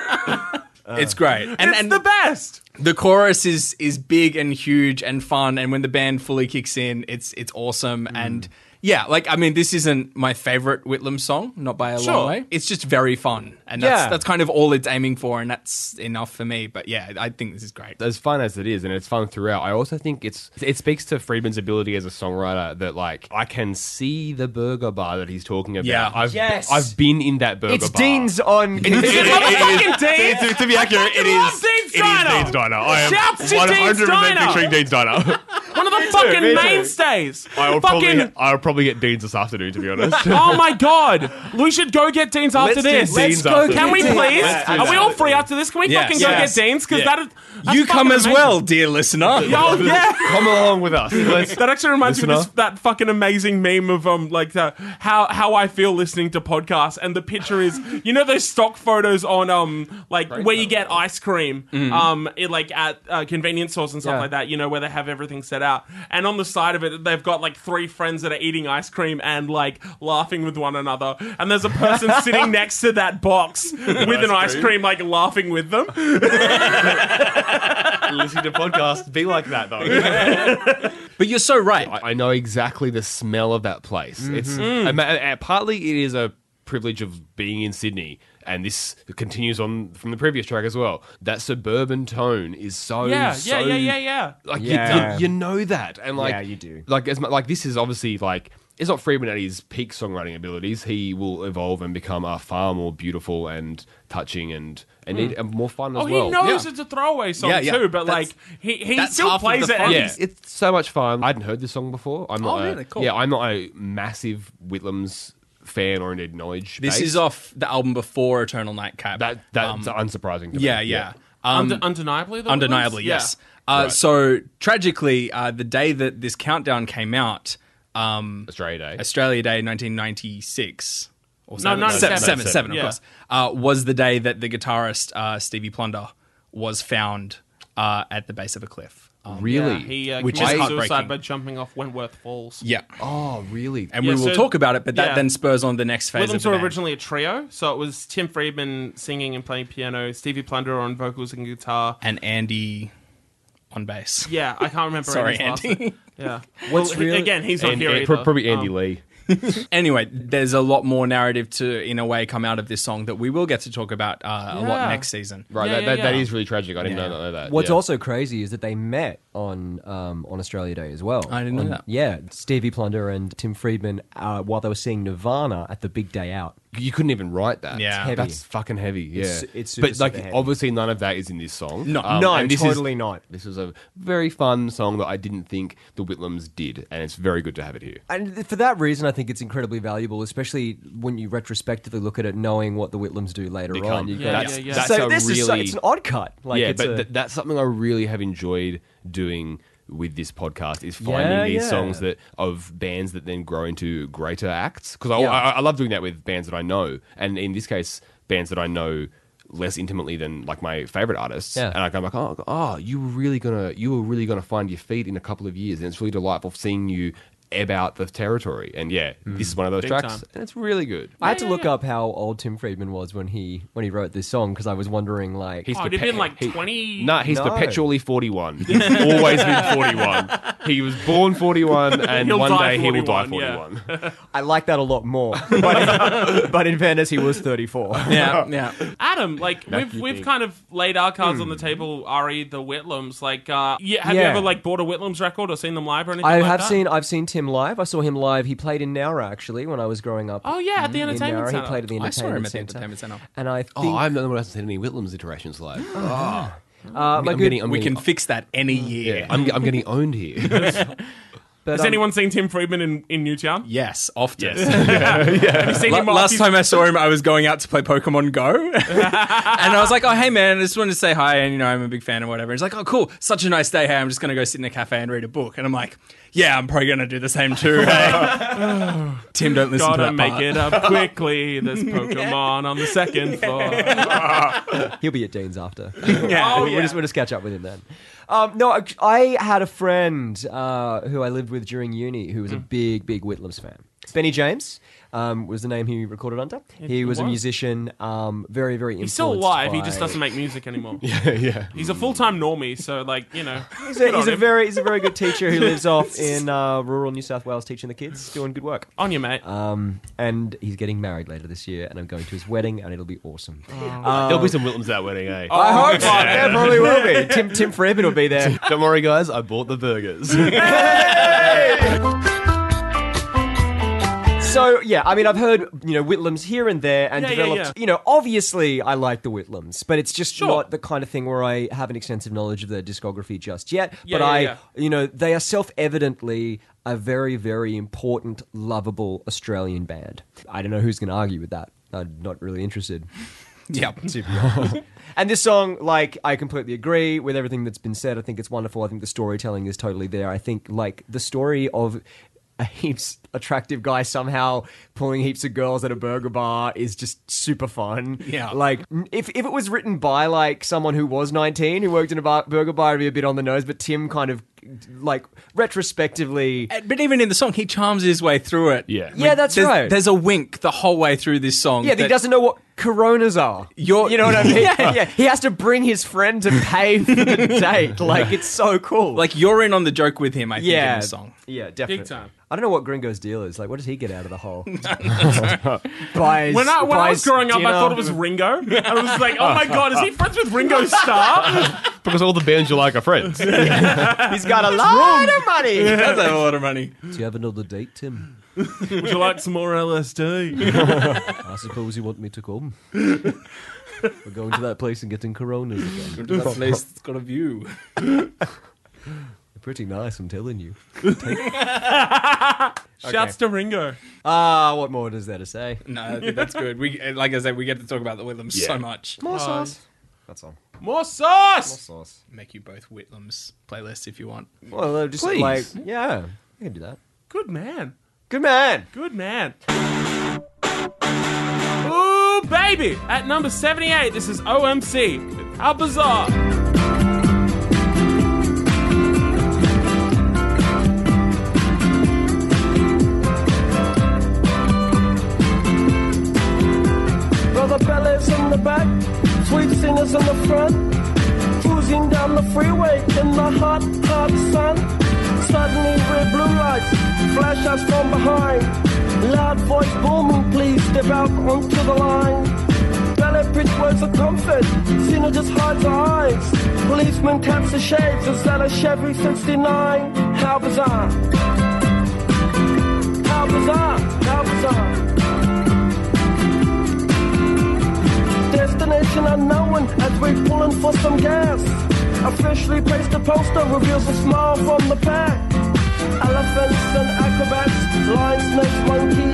Speaker 2: it's great. And
Speaker 1: it's
Speaker 2: and
Speaker 1: the best.
Speaker 2: the chorus is is big and huge and fun and when the band fully kicks in it's it's awesome
Speaker 1: Mm.
Speaker 2: and yeah like i mean this isn't my favorite whitlam song not by a
Speaker 1: Sure.
Speaker 2: long way it's just very fun and that's
Speaker 4: Yeah.
Speaker 2: that's kind of all it's aiming for and that's enough for me but yeah i think this is great
Speaker 3: as fun as it is, and it's fun throughout. I also think it's it speaks to Friedman's ability as a songwriter that like I can see the burger bar that he's talking about.
Speaker 2: Yeah.
Speaker 3: I've
Speaker 4: Yes.
Speaker 3: I've been in that burger
Speaker 4: it's
Speaker 3: bar.
Speaker 4: Dean's on.
Speaker 1: It's motherfucking Dean.
Speaker 3: To, to be accurate, it
Speaker 1: love
Speaker 3: is,
Speaker 1: Dean's
Speaker 3: it is
Speaker 1: Diner.
Speaker 3: Dean's Diner. I am
Speaker 1: Shouts to
Speaker 3: 100%
Speaker 1: Dean's Diner.
Speaker 3: picturing Dean's Diner.
Speaker 1: One of the fucking mainstays.
Speaker 3: I'll
Speaker 1: fucking.
Speaker 3: probably I'll probably get Dean's this afternoon. To be honest,
Speaker 1: Oh my god! We should go get Dean's after
Speaker 4: do
Speaker 1: this.
Speaker 4: Dean's Let's
Speaker 3: go after get
Speaker 1: Can we
Speaker 4: Dean's.
Speaker 1: please?
Speaker 4: Let's do
Speaker 1: Are we
Speaker 3: that.
Speaker 1: all free after this? Can we
Speaker 2: Yes.
Speaker 1: fucking
Speaker 2: Yes.
Speaker 1: go get Dean's? Because
Speaker 3: Yeah.
Speaker 1: that is that's
Speaker 2: you come
Speaker 1: fucking
Speaker 2: as
Speaker 1: amazing.
Speaker 2: well dear listener
Speaker 1: Oh yeah.
Speaker 3: come along with us. Let's-
Speaker 1: That actually reminds me of
Speaker 3: Listener.
Speaker 1: this, that fucking amazing meme of um like the, how how I feel listening to podcasts and the picture is you know those stock photos on um like where you get ice cream
Speaker 3: Mm-hmm.
Speaker 1: um it, like at uh, convenience stores and stuff
Speaker 4: Yeah.
Speaker 1: like that you know where they have everything set out and on the side of it they've got like three friends that are eating ice cream and like laughing with one another and there's a person sitting next to that box with an ice cream like laughing with them
Speaker 3: listening to podcasts, be like that though.
Speaker 2: but you're so right
Speaker 3: I, I know exactly the smell of that place. It's um, uh, uh, partly it is a privilege of being in Sydney, and this continues on from the previous track as well. That suburban tone is so
Speaker 1: yeah
Speaker 3: Oh, so,
Speaker 1: yeah yeah yeah yeah
Speaker 3: Like you-
Speaker 4: Yeah.
Speaker 3: you, you, know that, and like
Speaker 4: Yeah, you do.
Speaker 3: Like as mu- like this is obviously like. It's not Friedman at his peak songwriting abilities. He will evolve and become a far more beautiful and touching and and, need- and more fun as
Speaker 1: Hmm. Oh,
Speaker 3: well.
Speaker 1: he knows
Speaker 2: Yeah.
Speaker 1: it's a throwaway song
Speaker 2: Yeah, yeah.
Speaker 1: too, but
Speaker 2: That's-
Speaker 1: like he, he
Speaker 2: that's
Speaker 1: still
Speaker 2: half of
Speaker 1: plays
Speaker 2: the
Speaker 1: it.
Speaker 2: fun.
Speaker 1: and-
Speaker 3: Yeah, it's so much fun. I hadn't heard this song before. I'm not
Speaker 2: Oh,
Speaker 3: a-
Speaker 2: really? Cool.
Speaker 3: Yeah, I'm not a massive Whitlams fan or indeed knowledge.
Speaker 2: this
Speaker 3: base.
Speaker 2: is off the album before eternal nightcap
Speaker 3: that that's unsurprising. To
Speaker 2: yeah
Speaker 3: me.
Speaker 2: yeah, Um,
Speaker 1: Unde- undeniably, the
Speaker 2: undeniably
Speaker 1: Whitlams?
Speaker 2: yes
Speaker 1: Yeah.
Speaker 2: uh, so tragically uh, the day that this countdown came out um,
Speaker 3: Australia Day.
Speaker 2: Australia Day 1996. Or
Speaker 1: No,
Speaker 2: seven,
Speaker 1: no,
Speaker 2: seven,
Speaker 1: seven.
Speaker 2: seven, seven, of
Speaker 1: Yeah.
Speaker 2: course. Uh, was the day that the guitarist uh, Stevie Plunder was found uh, at the base of a cliff. Um,
Speaker 3: really?
Speaker 1: He uh,
Speaker 2: Which is
Speaker 1: committed
Speaker 2: heartbreaking.
Speaker 1: suicide by jumping off Wentworth Falls.
Speaker 2: yeah.
Speaker 3: Oh, really?
Speaker 2: And
Speaker 1: Yeah,
Speaker 2: we will
Speaker 1: so-
Speaker 2: talk about it, but that
Speaker 1: yeah.
Speaker 2: then spurs on the next phase of
Speaker 1: Rhythms
Speaker 2: the
Speaker 1: were
Speaker 2: band.
Speaker 1: originally a trio, so it was Tim Friedman singing and playing piano, Stevie Plunder on vocals and guitar.
Speaker 2: And Andy on bass.
Speaker 1: Yeah, I can't remember.
Speaker 2: Sorry,
Speaker 1: Andy's last
Speaker 2: Andy. uh,
Speaker 1: name. Yeah.
Speaker 4: What's
Speaker 1: well,
Speaker 4: really-
Speaker 1: again, he's not
Speaker 3: And-
Speaker 1: here
Speaker 3: and
Speaker 1: either.
Speaker 3: pro- probably Andy
Speaker 1: Um,
Speaker 3: Lee.
Speaker 2: anyway, there's a lot more narrative to, in a way, come out of this song that we will get to talk about uh, a
Speaker 1: Yeah.
Speaker 2: lot next season.
Speaker 3: Right.
Speaker 1: yeah,
Speaker 3: that,
Speaker 1: yeah,
Speaker 3: that, that
Speaker 1: yeah.
Speaker 3: is really tragic. I didn't know, know that.
Speaker 4: What's
Speaker 3: yeah.
Speaker 4: also crazy is that they met on um, on Australia Day as well.
Speaker 2: I didn't know
Speaker 4: On-
Speaker 2: that.
Speaker 4: Yeah, Stevie Plunder and Tim Friedman uh, while they were seeing Nirvana at the Big Day Out.
Speaker 3: you couldn't even write that.
Speaker 2: Yeah. It's heavy.
Speaker 3: that's fucking heavy. Yeah,
Speaker 4: It's su- it's super,
Speaker 3: but like
Speaker 4: super heavy.
Speaker 3: obviously none of that is in this song. Um,
Speaker 2: No.
Speaker 4: No,
Speaker 3: and this is-
Speaker 4: totally not.
Speaker 3: This was a very fun song that I didn't think the Whitlams did, and it's very good to have it here.
Speaker 4: And for that reason, I think it's incredibly valuable, especially when you retrospectively look at it, knowing what the Whitlams do later
Speaker 3: Become.
Speaker 4: on. You
Speaker 3: Yeah,
Speaker 4: go,
Speaker 1: that's- yeah, yeah.
Speaker 3: that's
Speaker 4: so
Speaker 3: a
Speaker 4: this is so,
Speaker 3: really-
Speaker 4: it's an odd cut. Like
Speaker 3: yeah,
Speaker 4: it's
Speaker 3: but
Speaker 4: a,
Speaker 3: th- that's something I really have enjoyed doing with this podcast is finding
Speaker 4: Yeah,
Speaker 3: these
Speaker 4: yeah.
Speaker 3: songs that of bands that then grow into greater acts because I,
Speaker 4: Yeah.
Speaker 3: I, I love doing that with bands that I know, and in this case, bands that I know less intimately than like my favorite artists.
Speaker 4: Yeah.
Speaker 3: And like, I'm like, oh, oh, you were really gonna, you were really gonna find your feet in a couple of years, and it's really delightful seeing you ebb out the territory. And yeah,
Speaker 4: Mm.
Speaker 3: this is one of those
Speaker 1: Big
Speaker 3: tracks,
Speaker 1: time.
Speaker 3: and it's really good.
Speaker 4: I had to look up how old Tim Friedman was when he when he wrote this song because I was wondering like
Speaker 3: He's
Speaker 1: Oh, it'd have
Speaker 3: perpe-
Speaker 1: been like
Speaker 3: he-
Speaker 1: 20
Speaker 3: Nah, he's
Speaker 4: No.
Speaker 3: perpetually 41. He's always been 41. He was born 41, and
Speaker 1: He'll
Speaker 3: one
Speaker 1: die
Speaker 3: day he will die
Speaker 1: 41, yeah.
Speaker 3: 41.
Speaker 4: I like that a lot more. But, but in fairness, he was thirty four.
Speaker 2: Yeah, yeah.
Speaker 1: Adam, like we've
Speaker 3: you
Speaker 1: we've
Speaker 3: think.
Speaker 1: kind of laid our cards on the table. Re the Whitlams, like uh, yeah, have you
Speaker 4: Hmm. Yeah.
Speaker 1: ever like bought a Whitlams record or seen them live or anything?
Speaker 4: I
Speaker 1: like
Speaker 4: have
Speaker 1: that?
Speaker 4: seen I've seen Tim live. I saw him live. He played in Nowra actually when I was growing up.
Speaker 1: Oh yeah, at the
Speaker 4: Mm, in
Speaker 1: entertainment
Speaker 4: Nowra.
Speaker 1: center.
Speaker 4: He played at the
Speaker 2: I saw him
Speaker 4: entertainment
Speaker 2: at the
Speaker 4: center.
Speaker 2: entertainment center.
Speaker 4: And I think
Speaker 3: Oh, I'm the one who hasn't seen any Whitlam's iterations live. Oh,
Speaker 4: uh, my
Speaker 3: I'm
Speaker 4: good-
Speaker 3: getting, I'm
Speaker 2: We
Speaker 3: getting,
Speaker 2: can fix that any
Speaker 1: Mm.
Speaker 2: year.
Speaker 3: yeah, I'm, I'm getting owned here.
Speaker 4: but,
Speaker 1: Has
Speaker 4: um,
Speaker 1: anyone seen Tim Friedman in, in Newtown?
Speaker 2: Yes, often.
Speaker 1: Have you seen
Speaker 2: La-
Speaker 1: him while
Speaker 2: last
Speaker 1: he's-
Speaker 2: time I saw him, I was going out to play Pokemon Go, and I was like, "Oh, hey man, I just wanted to say hi, and you know, I'm a big fan and whatever." And he's like, "Oh, cool, such a nice day. Hey, I'm just gonna go sit in a cafe and read a book." And I'm like, "Yeah, I'm probably gonna do the same too." hey." Tim, don't listen to
Speaker 1: Gotta
Speaker 2: that
Speaker 1: make
Speaker 2: part.
Speaker 1: it up quickly. There's Pokemon on the second floor.
Speaker 4: He'll be at Dean's after.
Speaker 1: Oh,
Speaker 4: we'll,
Speaker 1: yeah.
Speaker 4: just, we'll just catch up with him then. Um, no, I, I had a friend uh, who I lived with during uni who was
Speaker 1: Mm.
Speaker 4: a big, big Whitlams fan. Benny James um, was the name he recorded under. he was, a
Speaker 1: was.
Speaker 4: musician, um, very, very
Speaker 1: He's still
Speaker 4: influenced
Speaker 1: alive. He
Speaker 4: by-
Speaker 1: just doesn't make music anymore.
Speaker 3: yeah.
Speaker 1: He's a full time normie, so like you know,
Speaker 4: He's a,
Speaker 1: good
Speaker 4: he's
Speaker 1: on
Speaker 4: a
Speaker 1: him.
Speaker 4: very, he's a very good teacher who lives off in uh, rural New South Wales, teaching the kids, doing good work.
Speaker 1: on you, mate.
Speaker 4: Um, and he's getting married later this year, and I'm going to his wedding, and it'll be awesome.
Speaker 3: There'll be some Whitlams at that wedding, eh?
Speaker 1: Oh,
Speaker 4: I hope so. There probably will be. Tim Tim Friedman will be there.
Speaker 3: Don't worry, guys. I bought the burgers.
Speaker 4: So yeah, I mean, I've heard you know Whitlams here and there, and
Speaker 1: Yeah, yeah,
Speaker 4: developed.
Speaker 1: yeah.
Speaker 4: You know, obviously, I like the Whitlams, but it's just
Speaker 1: Sure.
Speaker 4: not the kind of thing where I have an extensive knowledge of their discography just yet.
Speaker 1: Yeah,
Speaker 4: but
Speaker 1: yeah,
Speaker 4: I,
Speaker 1: yeah.
Speaker 4: you know, they are self-evidently a very, very important, lovable Australian band. I don't know who's going to argue with that. I'm not really interested.
Speaker 2: Yep.
Speaker 4: And this song, like, I completely agree with everything that's been said. I think it's wonderful. I think the storytelling is totally there. I think, like, the story of a heaps attractive guy somehow pulling heaps of girls at a burger bar is just super fun.
Speaker 2: Yeah.
Speaker 4: Like, n- if, if it was written by, like, someone who was 19 who worked in a bar- burger bar, it'd be a bit on the nose, but Tim kind of, like, retrospectively.
Speaker 2: And- But even in the song, he charms his way through it.
Speaker 3: Yeah.
Speaker 4: Yeah, that's
Speaker 2: there's,
Speaker 4: right.
Speaker 2: There's a wink the whole way through this song.
Speaker 4: Yeah, that he
Speaker 2: that-
Speaker 4: doesn't know what coronas are.
Speaker 2: You're-
Speaker 4: you know what I mean?
Speaker 2: Yeah.
Speaker 4: yeah, he has to bring his friend to pay for the date. Like, it's so cool.
Speaker 2: Like you're in on the joke with him. I think in the song.
Speaker 4: Yeah, definitely.
Speaker 1: time.
Speaker 4: I don't know what Gringo's deal is. Like, what does he get out of the hole? buys,
Speaker 1: When I when I was
Speaker 4: buys
Speaker 1: growing up, I
Speaker 4: dinner.
Speaker 1: thought it was Ringo. I was like, oh my god, is he friends with Ringo Starr?
Speaker 3: because all the bands you like are friends.
Speaker 4: He's got a lot of money.
Speaker 2: He does have a lot of money.
Speaker 4: Do you have another date, Tim?
Speaker 1: Would you like some more LSD?
Speaker 4: I suppose you want me to come. We're going to that place and getting Coronas again.
Speaker 2: That place has got a view.
Speaker 4: They're pretty nice, I'm telling you.
Speaker 1: Shouts to Ringo.
Speaker 4: Ah, what more is there to say?
Speaker 2: No, I think that's good. We, uh, like I said, we get to talk about the Whitlams
Speaker 3: Yeah.
Speaker 2: so much.
Speaker 4: More sauce. That's all.
Speaker 1: More sauce.
Speaker 4: Sauce.
Speaker 2: Make you both Whitlams playlists if you want.
Speaker 4: Well, uh, just
Speaker 2: Please.
Speaker 4: like yeah, I can do that.
Speaker 1: Good man.
Speaker 4: Good man.
Speaker 1: Good man. Ooh, baby! At number 78, this is OMC. How bizarre!
Speaker 7: Brother Bellas in the back, sweet singers in the front, cruising down the freeway in the hot, hot sun. Suddenly red blue lights flash us from behind. Loud voice booming, please step out onto the line. Ballet bridge words of comfort, Cena just hides her eyes. Policeman taps the shades, is that a Chevy 69? How bizarre. How bizarre, how bizarre. unknown as we're pulling for some gas. Officially placed the poster reveals a smile from the pack. Elephants and acrobats, lion, snakes, monkey.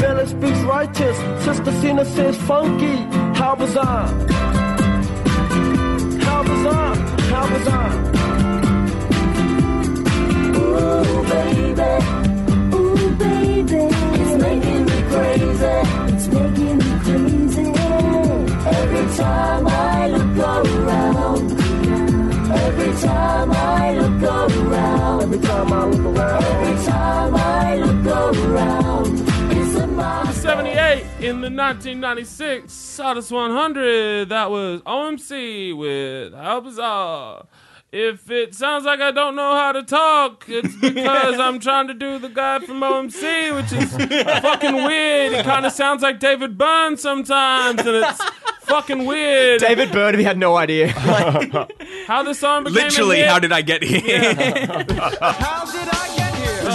Speaker 7: Village speaks righteous, Sister Cena says funky. How bizarre! How bizarre! How bizarre!
Speaker 8: Ooh, baby. Ooh, baby. It's making me crazy. It's making me crazy. Every time I look around. Every time I look around. Every time I look around. Every time I look around. It's a monster.
Speaker 1: 78 in the 1996 Sardis 100. That was OMC with How Bizarre. If it sounds like I don't know how to talk, it's because I'm trying to do the guy from OMC, which is fucking weird. It kind of sounds like David Byrne sometimes, and it's fucking weird.
Speaker 4: David Byrne, we had no idea.
Speaker 1: how the song became a
Speaker 2: Literally,
Speaker 1: hit.
Speaker 2: how did I get here?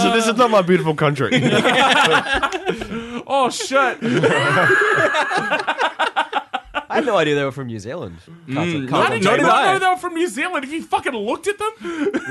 Speaker 3: So this is not my beautiful country.
Speaker 1: Oh shit!
Speaker 4: I had no idea they were from New Zealand. Can't-
Speaker 2: no,
Speaker 1: How
Speaker 4: can't
Speaker 1: did
Speaker 2: no,
Speaker 1: you
Speaker 2: did
Speaker 1: not
Speaker 2: I.
Speaker 1: know they were from New Zealand? If you fucking looked at them,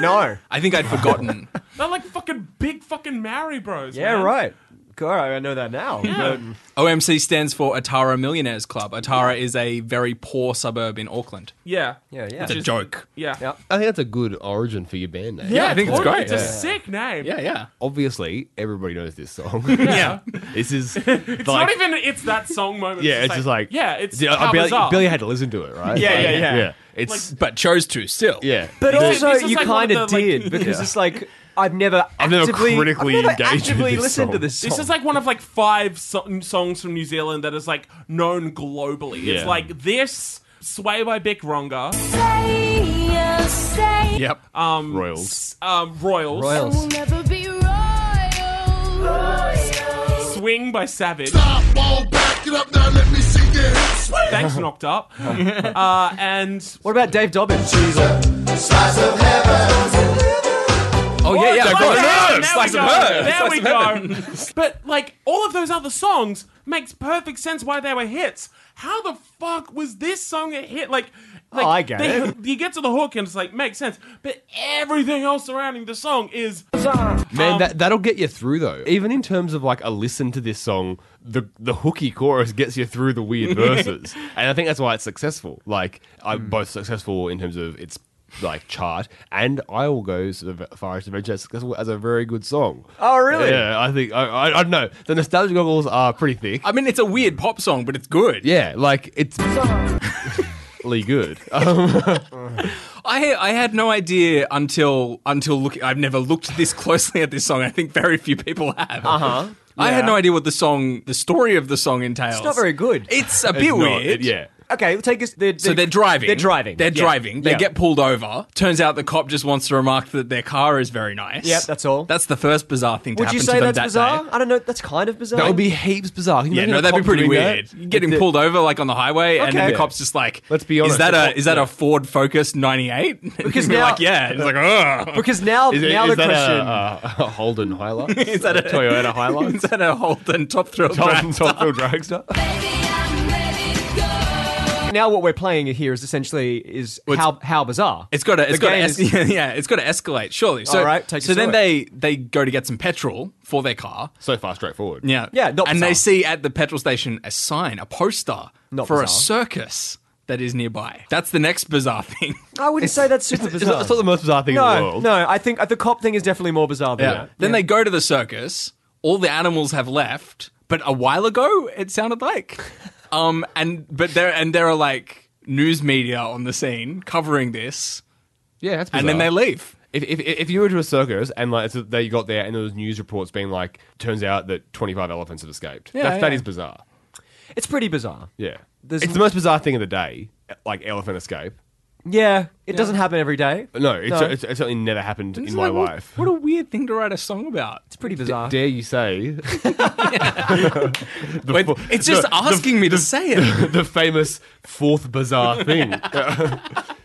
Speaker 4: No.
Speaker 2: I think I'd forgotten.
Speaker 1: they're like fucking big fucking Maori bros.
Speaker 4: Yeah,
Speaker 1: man.
Speaker 4: right. God, I know that now. but-
Speaker 2: OMC stands for Atara Millionaires Club. Atara is a very poor suburb in Auckland.
Speaker 1: Yeah,
Speaker 4: yeah, yeah.
Speaker 2: It's a joke.
Speaker 1: yeah,
Speaker 4: Yeah.
Speaker 3: I think that's a good origin for your band name.
Speaker 2: Yeah, I think it's
Speaker 1: totally.
Speaker 2: great.
Speaker 1: It's a
Speaker 2: Yeah.
Speaker 1: sick name.
Speaker 2: Yeah, yeah.
Speaker 3: Obviously, everybody knows this song.
Speaker 2: Yeah.
Speaker 3: this is it's
Speaker 1: It's not even it's that song moment.
Speaker 3: Yeah, it's just like
Speaker 1: yeah, it's
Speaker 3: Yeah,
Speaker 1: how
Speaker 3: Billy,
Speaker 1: bizarre.
Speaker 3: Billy had to listen to it, right?
Speaker 4: Yeah, yeah, yeah.
Speaker 3: It's
Speaker 2: But chose to still.
Speaker 3: yeah.
Speaker 4: But
Speaker 1: This is-
Speaker 4: also,
Speaker 1: this is
Speaker 4: you
Speaker 1: like one
Speaker 4: kind of
Speaker 1: of the, like-
Speaker 4: did because it's like I've never,
Speaker 3: I've never
Speaker 4: actively,
Speaker 3: critically
Speaker 4: I've never
Speaker 3: engaged with
Speaker 4: actively
Speaker 3: this
Speaker 4: listened to
Speaker 3: song.
Speaker 4: this song.
Speaker 1: this is like one of like five so- songs from New Zealand that is like known globally. It's
Speaker 3: Yeah.
Speaker 1: like this Sway by Bick Ronga,
Speaker 8: Say, yeah, say.
Speaker 2: Yep.
Speaker 1: um,
Speaker 3: Royals.
Speaker 1: s- um, Royals,
Speaker 8: We'll never be royal.
Speaker 1: Swing by Savage.
Speaker 9: Stop, ball, back it up now, let me see your hips.
Speaker 1: Thanks, knocked up. uh, and
Speaker 4: What about Dave Dobbins?
Speaker 9: Slice of heaven.
Speaker 2: Oh, yeah, yeah.
Speaker 1: Slice
Speaker 2: Slice
Speaker 1: of Heaven, there
Speaker 2: of Heaven, Slice
Speaker 1: we
Speaker 2: of
Speaker 1: go,
Speaker 2: Heaven,
Speaker 1: There
Speaker 2: Slice
Speaker 1: we
Speaker 2: of
Speaker 1: go. But like all of those other songs makes perfect sense why they were hits. How the fuck was this song a hit? Like, like
Speaker 4: I get
Speaker 1: they-
Speaker 4: it.
Speaker 1: You get to the hook and it's like makes sense, but everything else surrounding the song is
Speaker 3: Man,
Speaker 1: Um,
Speaker 3: that that'll get you through though. Even in terms of like a listen to this song, the the hooky chorus gets you through the weird verses, and I think that's why it's successful. Like, I'm both successful in terms of its like chart, and I will go so far as to venture as successful as a very good song.
Speaker 4: Oh, really?
Speaker 3: Yeah, I think I, I, I don't know. The nostalgia goggles are pretty thick.
Speaker 2: I mean, it's a weird pop song, but it's good.
Speaker 3: Yeah, like it's really good.
Speaker 2: I I had no idea until until looking. I've never looked this closely at this song. I think very few people have. Uh huh. I had no idea what the song, the story of the song entails.
Speaker 4: Uh-huh. It's not very good.
Speaker 2: It's a bit
Speaker 3: It's not-
Speaker 2: weird.
Speaker 3: it- yeah.
Speaker 4: okay, we'll take us. They're,
Speaker 2: So they're driving.
Speaker 4: They're driving.
Speaker 2: They're
Speaker 4: Yeah.
Speaker 2: driving. They
Speaker 4: Yeah.
Speaker 2: get pulled over. Turns out the cop just wants to remark that their car is very nice.
Speaker 4: Yep, that's all.
Speaker 2: That's the first bizarre thing to
Speaker 4: Would
Speaker 2: happen
Speaker 4: you
Speaker 2: to
Speaker 4: say
Speaker 2: them
Speaker 4: that's
Speaker 2: that
Speaker 4: bizarre?
Speaker 2: day.
Speaker 4: I don't know. That's kind of bizarre.
Speaker 3: That would be heaps bizarre. Can you
Speaker 2: Yeah,
Speaker 3: imagine
Speaker 2: no,
Speaker 3: a
Speaker 2: that'd be
Speaker 3: cop
Speaker 2: pretty
Speaker 3: doing that?
Speaker 2: weird. Getting
Speaker 3: It's-
Speaker 2: pulled over like on the highway, and then
Speaker 4: Okay.
Speaker 2: the cops just like,
Speaker 3: Let's be
Speaker 2: is
Speaker 3: honest,
Speaker 2: that
Speaker 3: the
Speaker 2: a
Speaker 3: cop-
Speaker 2: is that
Speaker 3: yeah.
Speaker 2: a Ford Focus ninety eight?
Speaker 4: Because
Speaker 2: we're
Speaker 4: now-
Speaker 2: like, yeah, it's like, oh,
Speaker 4: because now
Speaker 3: Is, it-
Speaker 4: now
Speaker 3: is
Speaker 4: the
Speaker 3: that
Speaker 4: question.
Speaker 3: a, a, a Holden Hilux? is
Speaker 2: that a-
Speaker 3: Toyota
Speaker 2: is
Speaker 3: Hilux?
Speaker 2: that a Holden top thrill?
Speaker 3: Tom,
Speaker 2: drive?
Speaker 3: Topfield Dragster?
Speaker 8: Baby, I'm ready to go.
Speaker 4: now what we're playing here is essentially is
Speaker 2: Well, it's-
Speaker 4: how how bizarre.
Speaker 2: It's got to, it's
Speaker 4: The
Speaker 2: got to,
Speaker 4: game
Speaker 2: es-
Speaker 4: is-
Speaker 2: yeah, yeah, it's got to escalate surely. So,
Speaker 4: All right, take us
Speaker 2: so then
Speaker 4: through
Speaker 2: they they go to get some petrol for their car.
Speaker 3: So far, straightforward.
Speaker 2: Yeah,
Speaker 4: Yeah, not
Speaker 2: and
Speaker 4: bizarre.
Speaker 2: they see at the petrol station a sign, a poster
Speaker 4: Not
Speaker 2: for
Speaker 4: bizarre.
Speaker 2: a circus that is nearby. That's the next bizarre thing.
Speaker 4: I wouldn't say that's super
Speaker 3: It's
Speaker 4: bizarre.
Speaker 3: not, it's not the most bizarre thing in the
Speaker 4: no,
Speaker 3: world.
Speaker 4: no, I think uh, the cop thing is definitely more bizarre than that.
Speaker 2: Then they go to the circus. All the animals have left, but a while ago it sounded like. Um, and but there and there are like news media on the scene covering this,
Speaker 3: Yeah, that's bizarre.
Speaker 2: and then they leave.
Speaker 3: If, if, if you were to a circus and like so they got there and there was news reports being like, turns out that 25 elephants have escaped.
Speaker 2: Yeah,
Speaker 3: that, that
Speaker 2: yeah.
Speaker 3: is bizarre.
Speaker 4: It's pretty bizarre.
Speaker 3: Yeah.
Speaker 4: There's-
Speaker 3: it's the most bizarre thing of the day, like elephant escape.
Speaker 4: Yeah, it doesn't happen every day.
Speaker 3: No, it's,
Speaker 4: No.
Speaker 3: It's, it's certainly never happened
Speaker 2: It's
Speaker 3: in my
Speaker 2: like, what-
Speaker 3: life.
Speaker 2: What a weird thing to write a song about.
Speaker 4: It's pretty bizarre.
Speaker 3: Dare you say
Speaker 2: But it's just asking me to say it.
Speaker 3: the famous fourth bizarre thing.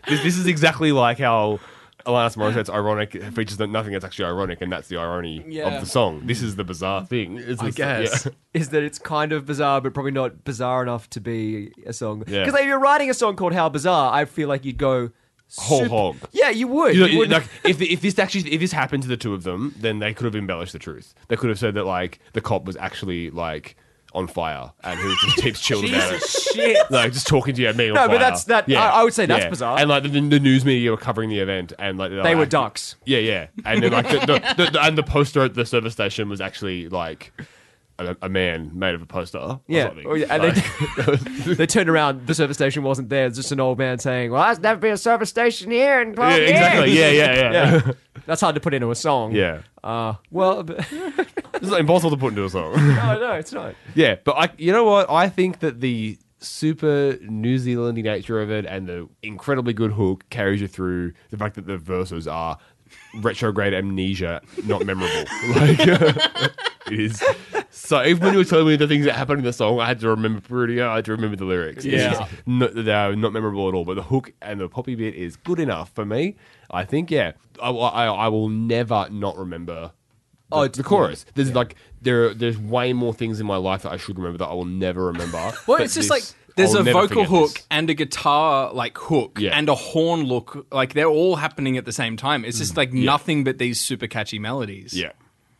Speaker 3: this, this is exactly like how Alanis Morissette's ironic features that nothing that's actually ironic, and that's the irony
Speaker 2: Yeah.
Speaker 3: of the song. This is the bizarre thing. It's
Speaker 2: I
Speaker 3: the-
Speaker 2: guess.
Speaker 3: yeah.
Speaker 4: is that it's kind of bizarre, but probably not bizarre enough to be a song. Because
Speaker 3: Yeah.
Speaker 4: if you're writing a song called "How Bizarre," I feel like you'd go
Speaker 3: Whole
Speaker 4: super-
Speaker 3: hog.
Speaker 4: Yeah, you would.
Speaker 3: You know,
Speaker 4: You would-
Speaker 3: like, if, the, if this actually if this happened to the two of them, then they could have embellished the truth. They could have said that like the cop was actually like on fire and he was just keeps chilled about it.
Speaker 1: Jesus shit.
Speaker 3: Like just talking to you and being
Speaker 4: No,
Speaker 3: on
Speaker 4: but
Speaker 3: fire.
Speaker 4: that's- that- I- I would say that's
Speaker 3: yeah.
Speaker 4: bizarre.
Speaker 3: And like the, the news media were covering the event, and like
Speaker 4: they were ducks.
Speaker 3: Yeah, yeah. And then like the, the, the, the- and the poster at the service station was actually like a, a man made of a poster. Or
Speaker 4: Yeah.
Speaker 3: something.
Speaker 4: Oh, yeah, and
Speaker 3: Like-
Speaker 4: they, they turned around. The service station wasn't there. It's just an old man saying, "Well, there's never been a service station here in 12
Speaker 3: yeah,
Speaker 4: years."
Speaker 3: exactly. Yeah, yeah, yeah. Yeah.
Speaker 4: Oh, Yeah. That's hard to put into a song. Uh, well, but,
Speaker 3: It's impossible to put into a song.
Speaker 4: no, no, it's not.
Speaker 3: Yeah, but I, you know what? I think that the super New Zealandy nature of it and the incredibly good hook carries you through the fact that the verses are retrograde amnesia, not memorable. like, it is. So even when you were telling me the things that happened in the song, I had to remember pretty. I had to remember the lyrics. It's
Speaker 2: Yeah.
Speaker 3: just not, they are not memorable at all. But the hook and the poppy bit is good enough for me. I think. Yeah, I, I, I will never not remember the,
Speaker 4: Oh, it's-
Speaker 3: the chorus. There's like there there's way more things in my life that I should remember that I will never remember.
Speaker 2: Well,
Speaker 3: But
Speaker 2: it's just
Speaker 3: this-
Speaker 2: like there's
Speaker 3: I'll
Speaker 2: a
Speaker 3: never
Speaker 2: vocal
Speaker 3: forget
Speaker 2: hook
Speaker 3: this.
Speaker 2: and a guitar like hook
Speaker 3: Yeah.
Speaker 2: and a horn look like they're all happening at the same time. It's just like nothing but these super catchy melodies.
Speaker 3: Mm. Yeah.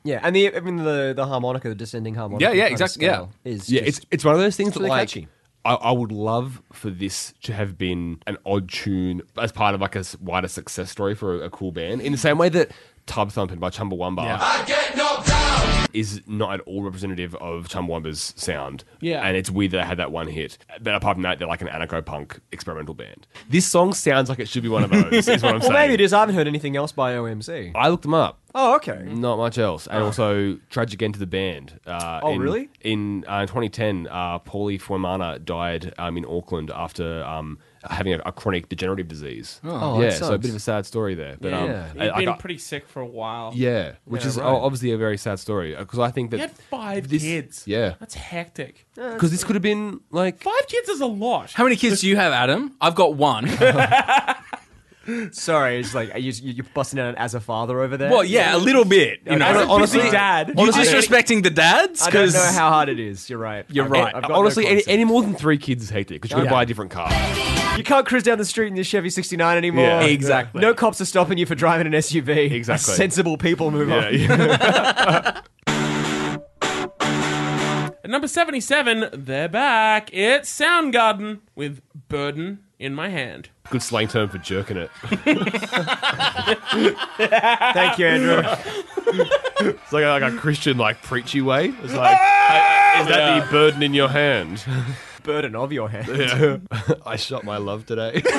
Speaker 4: Yeah, and the I mean the the harmonica, the descending harmonica.
Speaker 2: Yeah, yeah,
Speaker 4: kind of
Speaker 2: exactly, yeah.
Speaker 4: scale Is
Speaker 3: Yeah,
Speaker 4: just-
Speaker 3: it's it's one of those things that
Speaker 4: really
Speaker 3: like
Speaker 4: catchy.
Speaker 3: I, I would love for this to have been an odd tune as part of like a s- wider success story for a, a cool band. In the same way that Tub Thumping by Chumbawamba
Speaker 2: Yeah.
Speaker 9: I get knocked down.
Speaker 3: is not at all representative of Chumbawamba's sound.
Speaker 2: Yeah.
Speaker 3: And it's weird that they had that one hit. But apart from that, they're like an anarcho punk experimental band. This song sounds like it should be one of those, is what I'm
Speaker 4: well,
Speaker 3: saying.
Speaker 4: maybe it is. I haven't heard anything else by OMC.
Speaker 3: I looked them up.
Speaker 4: Oh, okay.
Speaker 3: Not much else, and also tragic end to the band. Uh,
Speaker 4: Oh,
Speaker 3: in,
Speaker 4: really?
Speaker 3: In uh, 2010, uh, Paulie Fuimana died um, in Auckland after um, having a, a chronic degenerative disease.
Speaker 4: Oh,
Speaker 3: yeah,
Speaker 4: that
Speaker 3: so a bit
Speaker 4: sucks.
Speaker 3: of a sad story there. But um,
Speaker 4: Yeah.
Speaker 3: I-
Speaker 1: He'd
Speaker 3: I
Speaker 1: been
Speaker 3: got-
Speaker 1: pretty sick for a while.
Speaker 3: yeah, which is o- obviously a very sad story because I think that
Speaker 1: He had five
Speaker 3: this-
Speaker 1: kids.
Speaker 3: Yeah,
Speaker 1: That's hectic.
Speaker 3: because this could have been like
Speaker 1: Five kids is a lot.
Speaker 2: How many kids do you have, Adam? I've got one.
Speaker 4: Sorry, it's like you, you- you're busting out as a father over there.
Speaker 2: well, yeah, a little bit. You
Speaker 4: I
Speaker 2: know,
Speaker 4: don't- honestly-
Speaker 1: dad.
Speaker 2: You're disrespecting the dads
Speaker 4: I don't
Speaker 2: because
Speaker 4: know how hard it is. You're right.
Speaker 2: You're
Speaker 4: I've-
Speaker 2: right.
Speaker 4: I've got no
Speaker 3: honestly any,
Speaker 4: concept.
Speaker 3: any more than three kids is hectic because you got to
Speaker 4: Yeah.
Speaker 3: buy a different car.
Speaker 4: you can't cruise down the street in your Chevy 69 anymore.
Speaker 3: Yeah.
Speaker 2: Exactly.
Speaker 4: No cops are stopping you for driving an SUV.
Speaker 3: Exactly.
Speaker 4: Sensible people move
Speaker 3: Yeah,
Speaker 4: on.
Speaker 3: yeah.
Speaker 1: At number 77, they're back. It's Soundgarden with Burden in My Hand.
Speaker 3: good slang term for jerking it.
Speaker 4: Thank you, Andrew.
Speaker 3: It's like a, like a Christian like preachy way. It's like. "Hey, Is that the burden in your hand?
Speaker 4: Burden of your hand.
Speaker 3: I shot my love today.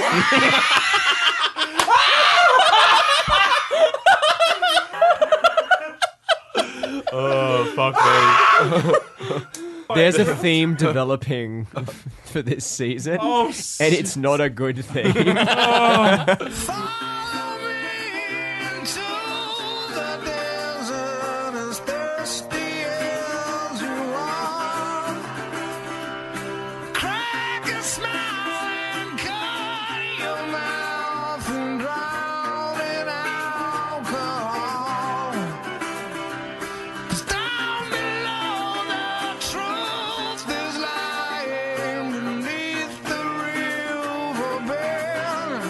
Speaker 3: oh fuck me!
Speaker 4: There's a theme developing for this season,
Speaker 1: Oh,
Speaker 4: and it's not a good theme.
Speaker 9: Far into the desert as thirsty as you are. Crack a smile and cut your mouth and drown in alcohol. 'Cause down below the truth is lying beneath the riverbed.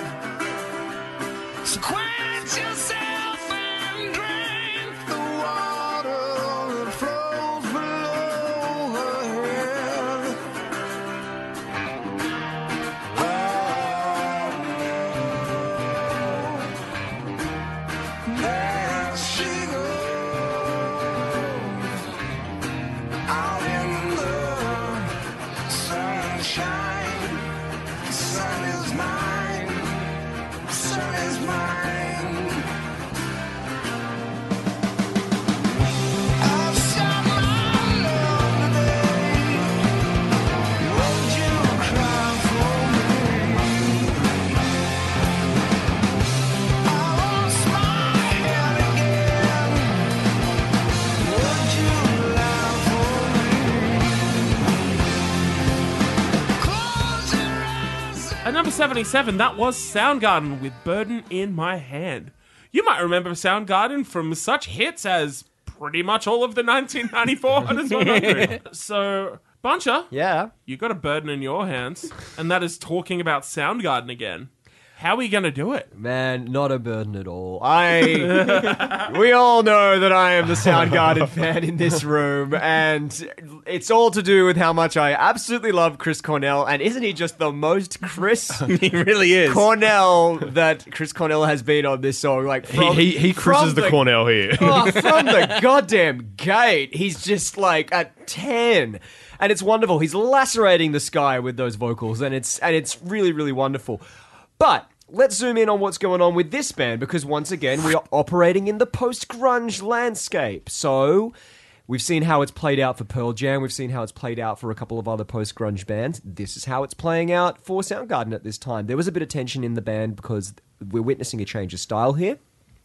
Speaker 1: number 77, that was Soundgarden with Burden in My Hand. You might remember Soundgarden from such hits as pretty much all of the 1994 Hottest 100. So, Buncher,
Speaker 4: Yeah.
Speaker 1: you got a burden in your hands, and that is talking about Soundgarden again. How are we going to do it?
Speaker 4: Man, not a burden at all. I. we all know that I am the Soundgarden fan in this room, and it's all to do with how much I absolutely love Chris Cornell, and isn't he just the most Chris
Speaker 2: he really is.
Speaker 4: Cornell that Chris Cornell has been on this song? Like,
Speaker 3: He,
Speaker 4: from,
Speaker 3: he, he
Speaker 4: from
Speaker 3: cruises the, Cornell here.
Speaker 4: Oh, from the goddamn gate. He's just like at 10. And it's wonderful. He's lacerating the sky with those vocals and it's and it's really really wonderful. But let's zoom in on what's going on with this band because once again we are operating in the post-grunge landscape. So We've seen how it's played out for Pearl Jam. We've seen how it's played out for a couple of other post grunge bands. This is how it's playing out for Soundgarden at this time. There was a bit of tension in the band because we're witnessing a change of style here.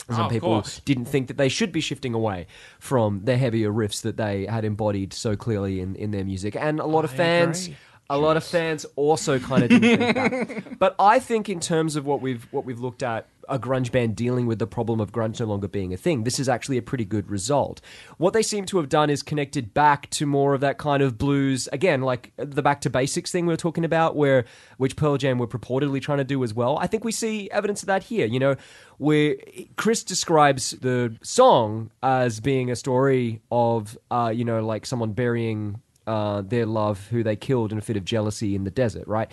Speaker 4: Some
Speaker 1: Oh, of
Speaker 4: people
Speaker 1: course.
Speaker 4: didn't think that they should be shifting away from the heavier riffs that they had embodied so clearly in, in their music. And a lot of
Speaker 1: I
Speaker 4: fans
Speaker 1: agree.
Speaker 4: a lot of fans also kind of didn't think that. But I think in terms of what we've what we've looked at a grunge band dealing with the problem of grunge no longer being a thing. This is actually a pretty good result. What they seem to have done is connected back to more of that kind of blues again, like the back to basics thing we were talking about where which Pearl Jam were purportedly trying to do as well. I think we see evidence of that here, you know, where Chris describes the song as being a story of uh, you know, like someone burying uh, their love, who they killed in a fit of jealousy in the desert, right?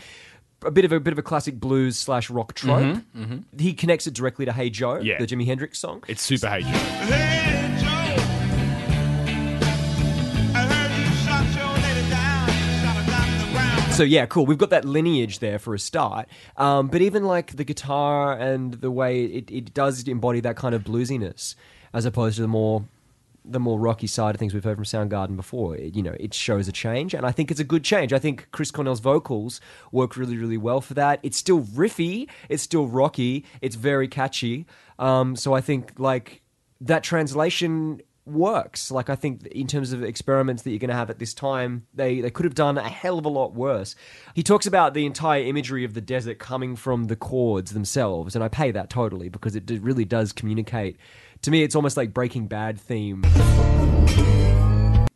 Speaker 4: A bit of a bit of a classic blues slash rock trope. He connects it directly to "Hey Joe,"
Speaker 3: Yeah.
Speaker 4: the Jimi Hendrix song.
Speaker 3: It's super hateful.
Speaker 9: Hey, Joe. I heard you shot your lady down. You shot her down to the ground.
Speaker 4: So yeah, cool. We've got that lineage there for a start. Um, but even like the guitar and the way it, it does embody that kind of bluesiness, as opposed to the more the more rocky side of things we've heard from Soundgarden before. It, you know, it shows a change, and I think it's a good change. I think Chris Cornell's vocals work really, really well for that. It's still riffy, it's still rocky, it's very catchy. Um, so I think like that translation works. Like I think in terms of experiments that you're going to have at this time, they they could have done a hell of a lot worse. He talks about the entire imagery of the desert coming from the chords themselves, and I pay that totally because it d- really does communicate. To me, it's almost like Breaking Bad theme.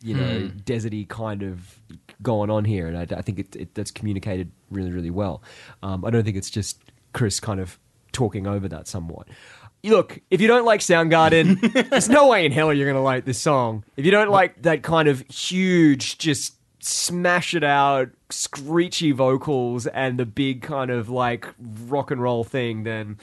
Speaker 4: You know, deserty kind of going on here, and I, I think it, it, that's communicated really, really well. Um, I don't think it's just Chris kind of talking over that somewhat. Look, if you don't like Soundgarden, there's no way in hell you're going to like this song. If you don't like that kind of huge, just smash it out, screechy vocals and the big kind of like rock and roll thing, then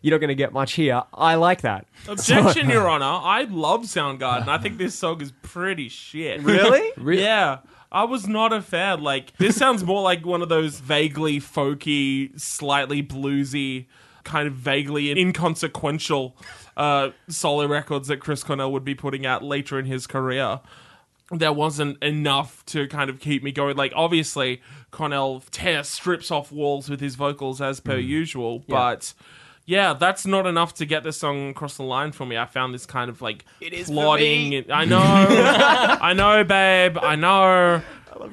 Speaker 4: you're not going to get much here. I like that.
Speaker 1: Objection, Your Honor. I love Soundgarden. I think this song is pretty shit.
Speaker 4: Really?
Speaker 1: Yeah. I was not a fan. Like, this sounds more like one of those vaguely folky, slightly bluesy, kind of vaguely inconsequential uh, solo records that Chris Cornell would be putting out later in his career. There wasn't enough to kind of keep me going. Like, obviously, Cornell tears strips off walls with his vocals as per usual, but. Yeah, that's not enough to get this song across the line for me. I found this kind of like
Speaker 2: is for
Speaker 1: plotting.
Speaker 2: me.
Speaker 1: I know, I know, babe, I know.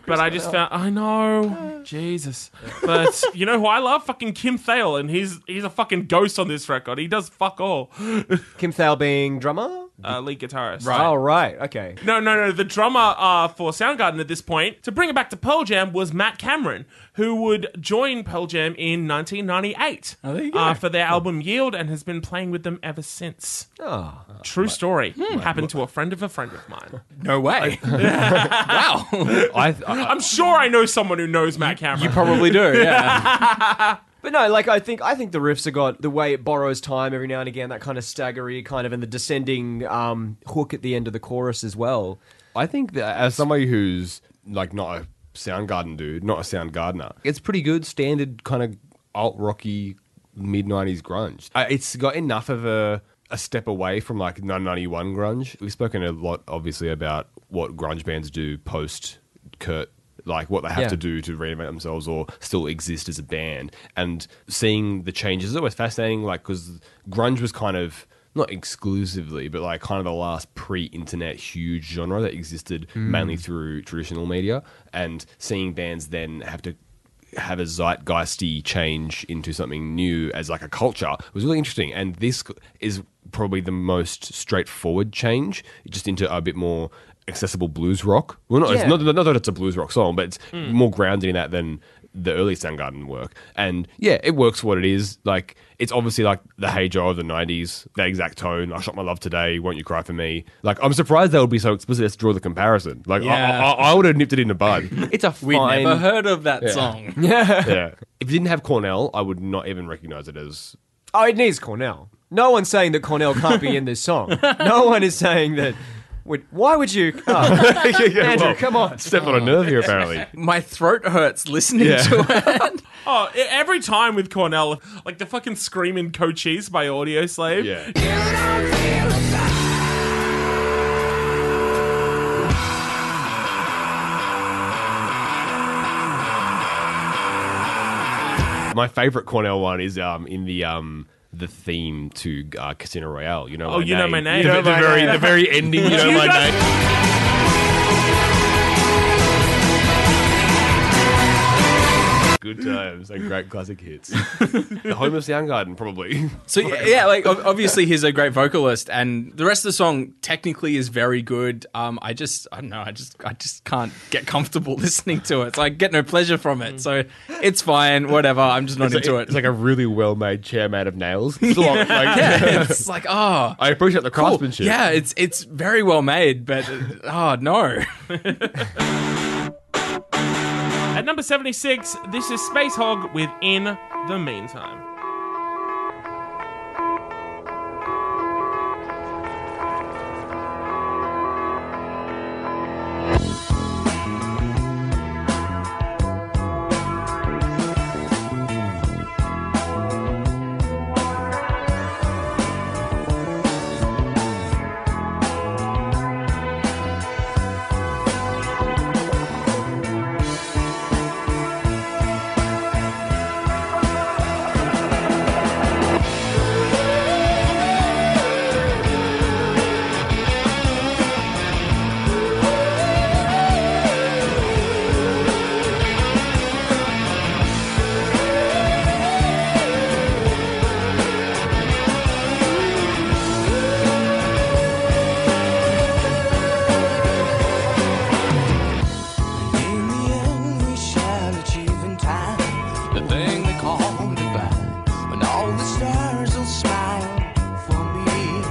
Speaker 1: but I just found I know, Jesus. But you know who I love? Fucking Kim Thale, and he's he's a fucking ghost on this record. He does fuck all.
Speaker 4: Kim Thale being drummer?
Speaker 1: Uh, lead guitarist.
Speaker 2: Right.
Speaker 4: Oh, right. Okay.
Speaker 1: No, no, no. The drummer uh, for Soundgarden at this point, to bring it back to Pearl Jam, was Matt Cameron, who would join Pearl Jam in 1998
Speaker 2: Oh, there you go.
Speaker 1: Uh, for their album Yield and has been playing with them ever since.
Speaker 2: Ah.
Speaker 4: Oh.
Speaker 1: True story.
Speaker 2: Hmm.
Speaker 1: Happened to a friend of a friend of mine.
Speaker 2: No way. wow.
Speaker 3: I, I,
Speaker 1: I'm sure I know someone who knows Matt Cameron.
Speaker 2: You probably do. Yeah.
Speaker 4: But no, like I think I think the riffs have got the way it borrows time every now and again, that kind of staggery kind of and the descending um, hook at the end of the chorus as well.
Speaker 3: I think that as somebody who's like not a Soundgarden dude, not a Soundgardener, it's pretty good standard kind of alt rocky mid '90s grunge. Uh, it's got enough of a a step away from like 1991 grunge. We've spoken a lot, obviously, about what grunge bands do post Kurt. Like what they have
Speaker 4: Yeah.
Speaker 3: to do to reinvent themselves or still exist as a band, and seeing the changes is always fascinating. Like because grunge was kind of not exclusively, but like kind of the last pre-internet huge
Speaker 4: Hmm.
Speaker 3: genre that existed mainly through traditional media, and seeing bands then have to have a zeitgeisty change into something new as like a culture was really interesting. And this is probably the most straightforward change, just into a bit more accessible blues rock. Well, not, it's
Speaker 4: Yeah.
Speaker 3: not, not that it's a blues rock song, but it's more grounded in that than the early Soundgarden work. And yeah, it works for what it is. Like it's obviously like the Hey Joe of the '90s, that exact tone. I shot my love today. Won't you cry for me? Like I'm surprised they would be so explicit as to draw the comparison. Like I-
Speaker 2: Yeah.
Speaker 3: I, I, would have nipped it in the bud. It's a
Speaker 2: We
Speaker 3: fine.
Speaker 2: never heard of that song.
Speaker 3: yeah. If it didn't have Cornell, I would not even recognize it as.
Speaker 4: Oh, it needs Cornell. No one's saying that Cornell can't be in this song. No one is saying that. Would, why would you? Oh,
Speaker 3: Yeah, yeah,
Speaker 4: Andrew,
Speaker 3: well,
Speaker 4: come on.
Speaker 3: Stepped on a nerve here, apparently.
Speaker 2: My throat hurts listening
Speaker 3: Yeah.
Speaker 2: to it.
Speaker 1: Oh, e- every time with Cornell, like the fucking screaming cochise by Audio Slave.
Speaker 3: Yeah. My favorite Cornell one is um in the um the theme to uh, Casino Royale. You know.
Speaker 1: Oh, You Know My Name.
Speaker 3: The,
Speaker 1: You Know
Speaker 3: the
Speaker 1: My
Speaker 3: very the very ending. You know
Speaker 1: You
Speaker 3: my
Speaker 1: guys-
Speaker 3: name. Good times and great classic hits. the home of Soundgarden, probably.
Speaker 2: So yeah, yeah, like ob- obviously he's a great vocalist, and the rest of the song technically is very good. Um, I just I don't know, I just I just can't get comfortable listening to it. So I get no pleasure from it. So it's fine, whatever. I'm just not
Speaker 3: It's like,
Speaker 2: into
Speaker 3: it's
Speaker 2: it.
Speaker 3: like a really well made chair made of nails. It's a lot, like-
Speaker 2: It's like oh,
Speaker 3: I appreciate the
Speaker 2: cool.
Speaker 3: craftsmanship.
Speaker 2: yeah, it's it's very well made, but uh, oh no.
Speaker 1: At number 76, this is Space Hog with In the Meantime.
Speaker 9: In the end, we shall achieve in time the thing they call divine. When all the stars will smile for me.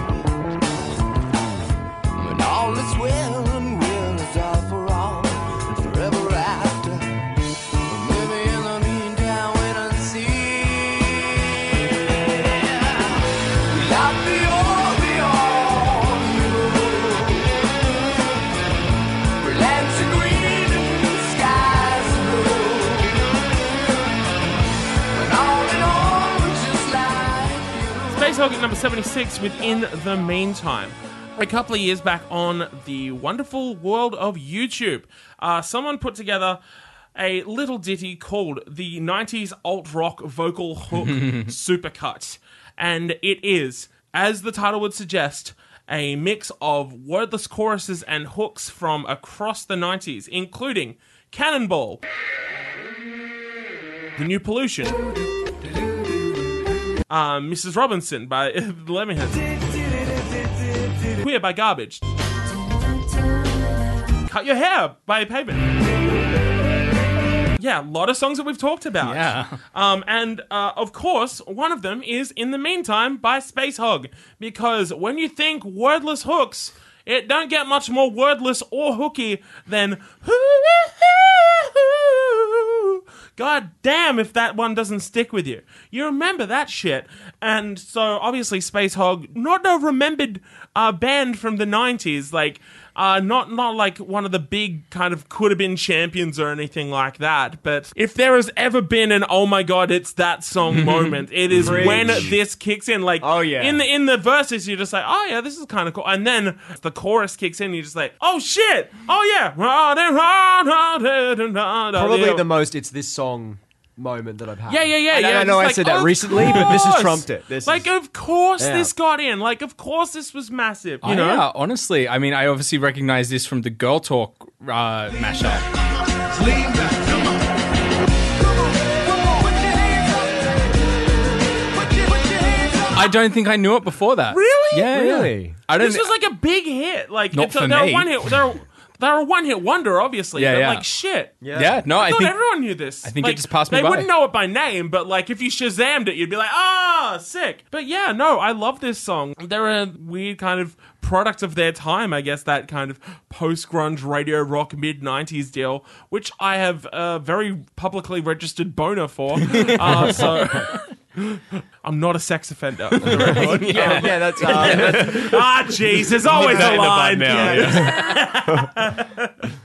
Speaker 9: When all is well and will is all for all and forever after. Maybe in the meantime, wait and see. Will I be all, be all you? Lands are green, skies blue. When all in all, it's just like you.
Speaker 1: Space Hog at number 76 within the meantime. A couple of years back on the wonderful world of YouTube, uh, someone put together a little ditty called the 90s alt rock vocal hook supercut. And it is, as the title would suggest, a mix of wordless choruses and hooks from across the 90s, including Cannonball, The New Pollution, um, Mrs. Robinson by the Lemonheads. Queer by Garbage. Cut Your Hair by Pavement. Yeah, a lot of songs that we've talked about.
Speaker 2: Yeah.
Speaker 1: Um, and uh, of course, one of them is In the Meantime by Space Hog. Because when you think wordless hooks, it don't get much more wordless or hooky than. God damn if that one doesn't stick with you. You remember that shit. And so obviously Space Hog, not a remembered uh, band from the 90s, like uh, not not like one of the big kind of could have been champions or anything like that. But if there has ever been an oh my god, it's that song moment, it is when this kicks in. Like
Speaker 4: Oh, yeah.
Speaker 1: in the in the verses, you're just like, oh yeah, this is kind of cool. And then the chorus kicks in, you're just like, oh shit, oh yeah.
Speaker 4: probably
Speaker 1: Probably
Speaker 4: the most. It's this song moment that I've had.
Speaker 1: yeah, yeah, yeah,
Speaker 4: I
Speaker 1: yeah. It's
Speaker 4: know, I, know I
Speaker 1: like,
Speaker 4: said that
Speaker 1: of
Speaker 4: recently, but this has
Speaker 1: course.
Speaker 4: trumped it. This
Speaker 1: like,
Speaker 4: is-
Speaker 1: of course,
Speaker 4: Yeah.
Speaker 1: this got in. Like, of course, this was massive. You
Speaker 2: Oh,
Speaker 1: know,
Speaker 2: yeah, honestly, I mean, I obviously recognize this from the Girl Talk uh, mashup.
Speaker 9: Lean back, come on. Come on,
Speaker 2: I don't think I knew it before that.
Speaker 1: Really?
Speaker 2: Yeah. yeah.
Speaker 4: Really?
Speaker 2: I don't.
Speaker 1: This was like a big hit. Like
Speaker 2: Not
Speaker 1: it's a,
Speaker 2: for
Speaker 1: they're
Speaker 2: me.
Speaker 1: a one hit. They're they're a one hit wonder, obviously.
Speaker 2: Yeah,
Speaker 1: but
Speaker 2: yeah.
Speaker 1: like shit.
Speaker 2: yeah. No, I,
Speaker 1: I, thought
Speaker 2: think
Speaker 1: everyone knew this. I
Speaker 2: think it just passed me
Speaker 1: They
Speaker 2: by.
Speaker 1: wouldn't know it by name, but like if you Shazammed it, you'd be like, ah, sick. But yeah, no, I love this song. They're a weird kind of product of their time, I guess. That kind of post grunge radio rock mid '90s deal, which I have a very publicly registered boner for. uh, so. I'm not a sex offender. for the record.
Speaker 4: yeah, yeah, that's uh,
Speaker 1: ah, jeez, there's always
Speaker 3: that
Speaker 1: a
Speaker 3: in the butt
Speaker 1: line.
Speaker 3: now,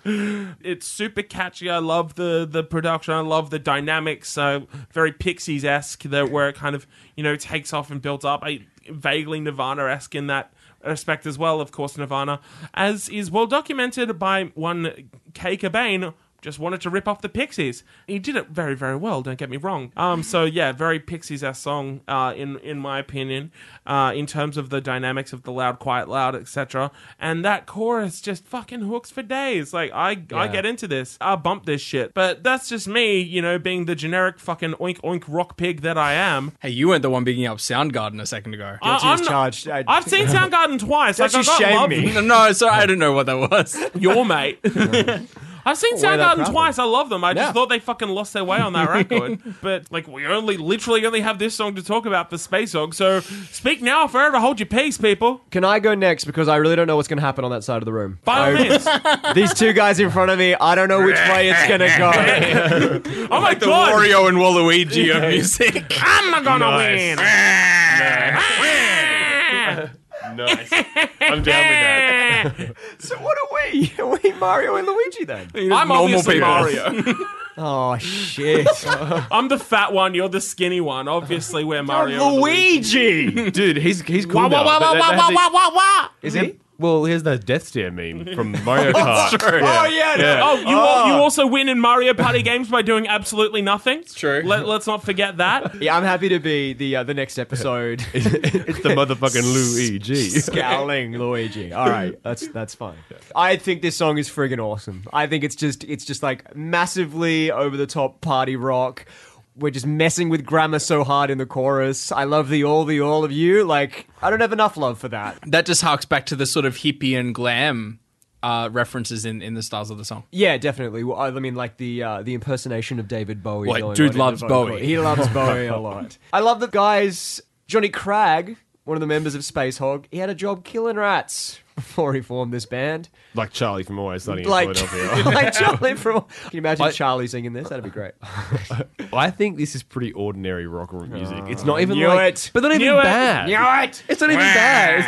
Speaker 1: it's super catchy. I love the the production. I love the dynamics. Uh, very Pixies esque. That where it kind of you know takes off and builds up. I vaguely Nirvana esque in that respect as well. Of course, Nirvana, as is well documented by one Kay Cobain. Just wanted to rip off the Pixies. He did it very, very well. Don't get me wrong. Um, so yeah, very Pixies esque song, uh, in in my opinion, uh, in terms of the dynamics of the loud, quiet, loud, etc. And that chorus just fucking hooks for days. Like I, I get into this. I bump this shit. But that's just me, you know, being the generic fucking oink oink rock pig that I am.
Speaker 2: hey, you weren't the one bigging up Soundgarden a second ago.
Speaker 1: I,
Speaker 4: she was
Speaker 1: I'm not-
Speaker 4: charged. I-
Speaker 1: I've seen Soundgarden twice. like,
Speaker 4: Don't you
Speaker 1: I got
Speaker 4: shame
Speaker 1: love
Speaker 4: me.
Speaker 2: no, no, sorry, I don't know what that was.
Speaker 1: your mate. I've seen
Speaker 4: wear that
Speaker 1: Soundgarden
Speaker 4: proudly.
Speaker 1: twice. I love them. I just
Speaker 2: Yeah.
Speaker 1: thought they fucking lost their way on that record. but like, we only literally only have this song to talk about for Space Hog. So speak now, or forever hold your peace, people.
Speaker 4: Can I go next because I really don't know what's going to happen on that side of the room.
Speaker 1: By all
Speaker 4: I-
Speaker 1: means. Oh
Speaker 4: these two guys in front of me, I don't know which way it's going to go.
Speaker 1: Oh my god!
Speaker 2: and Waluigi of music.
Speaker 1: I'm gonna win.
Speaker 3: nice. I'm down with that.
Speaker 4: so what are we? Are we Mario and Luigi then?
Speaker 1: I'm
Speaker 2: normal
Speaker 1: obviously
Speaker 2: people.
Speaker 1: Mario.
Speaker 4: Oh shit!
Speaker 1: I'm the fat one. You're the skinny one. Obviously, we're Mario. and
Speaker 4: Luigi.
Speaker 3: Dude, he's he's cool
Speaker 1: Wah,
Speaker 3: now.
Speaker 1: wah, wah,
Speaker 3: They-
Speaker 1: wah, wah,
Speaker 3: they- they
Speaker 1: wah,
Speaker 3: have the-
Speaker 1: wah, wah, wah.
Speaker 4: Is he?
Speaker 3: Well, here's the death stare meme from Mario Kart.
Speaker 4: Oh yeah.
Speaker 1: Oh, you, al- you
Speaker 2: Ah.
Speaker 1: also win in Mario Party games by doing absolutely nothing. It's
Speaker 2: true.
Speaker 1: Let, let's not forget that.
Speaker 4: Yeah, I'm happy to be the uh, the next episode.
Speaker 3: it's the motherfucking E Luigi.
Speaker 4: Scowling Luigi. All right, that's that's fine. I think this song is friggin' awesome. I think it's just it's just like massively over the top party rock. We're just messing with grammar so hard in the chorus. I love the all the all of you. Like I don't have enough love for that.
Speaker 2: that just harks back to the sort of hippie and glam uh, references in, in the styles of the song.
Speaker 4: Yeah, definitely. Well, I mean, like the uh, the impersonation of David Bowie.
Speaker 2: Like,
Speaker 4: going
Speaker 2: dude
Speaker 4: on in
Speaker 2: loves
Speaker 4: the vocal-
Speaker 2: Bowie.
Speaker 4: He loves Bowie a lot. I love the guys. Johnny Cragg, one of the members of Space Hog, he had a job killing rats before he formed this band.
Speaker 3: like Charlie from Always Sunny in
Speaker 4: Like,
Speaker 3: Philadelphia.
Speaker 4: like Charlie from. Can you imagine Charlie singing this? That'd be great.
Speaker 3: I think this is pretty ordinary rock and roll music. It's not even
Speaker 4: Knew
Speaker 3: like,
Speaker 4: it.
Speaker 3: but they're not
Speaker 1: Oh, Knew
Speaker 3: even
Speaker 1: it.
Speaker 3: bad.
Speaker 4: right.
Speaker 3: It's not even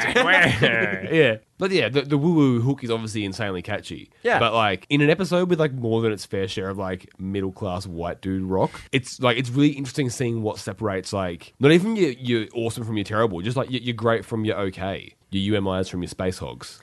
Speaker 3: bad. It's- yeah, but yeah, the, the woo woo hook is obviously insanely catchy.
Speaker 4: Yeah.
Speaker 3: but like in an episode with like more than its fair share of like middle class white dude rock, it's like it's really interesting seeing what separates like not even your you're awesome from your terrible, just like your, your great from your okay, your UMIs from your space hogs.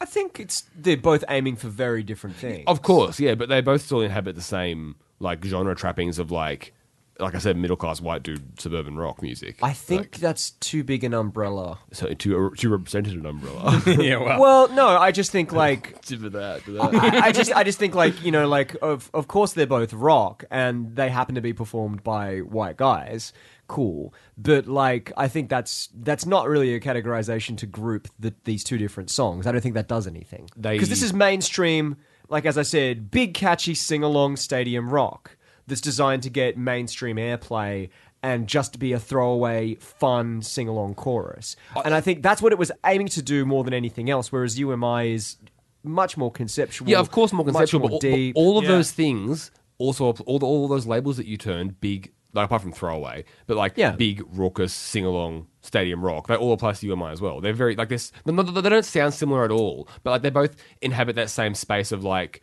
Speaker 4: I think it's they're both aiming for very different things.
Speaker 3: Of course, yeah, but they both still inhabit the same like genre trappings of like, like I said, middle class white dude suburban rock music.
Speaker 4: I think
Speaker 3: Like,
Speaker 4: that's too big an umbrella.
Speaker 3: so to to represent an umbrella.
Speaker 2: yeah, well.
Speaker 4: Well, no, I just think like
Speaker 3: for that, for that.
Speaker 4: I I just I just think like you know like of of course they're both rock and they happen to be performed by white guys. Cool, but like I think that's that's not really a categorization to group the, these two different songs. I don't think that does anything
Speaker 3: They-
Speaker 4: because this is mainstream. Like as I said, big catchy sing along stadium rock that's designed to get mainstream airplay and just be a throwaway fun sing along chorus. And I think that's what it was aiming to do more than anything else. Whereas UMI is much more conceptual.
Speaker 3: Yeah, of course, more
Speaker 4: much
Speaker 3: conceptual,
Speaker 4: more
Speaker 3: but all,
Speaker 4: deep.
Speaker 3: but all of
Speaker 1: Yeah.
Speaker 3: those things also app- all the, all those labels that you turned big, like apart from throwaway, but like
Speaker 4: Yeah.
Speaker 3: big raucous sing along stadium rock. They all apply to UMI as well. They're very like this. They they don't sound similar at all, but like they both inhabit that same space of like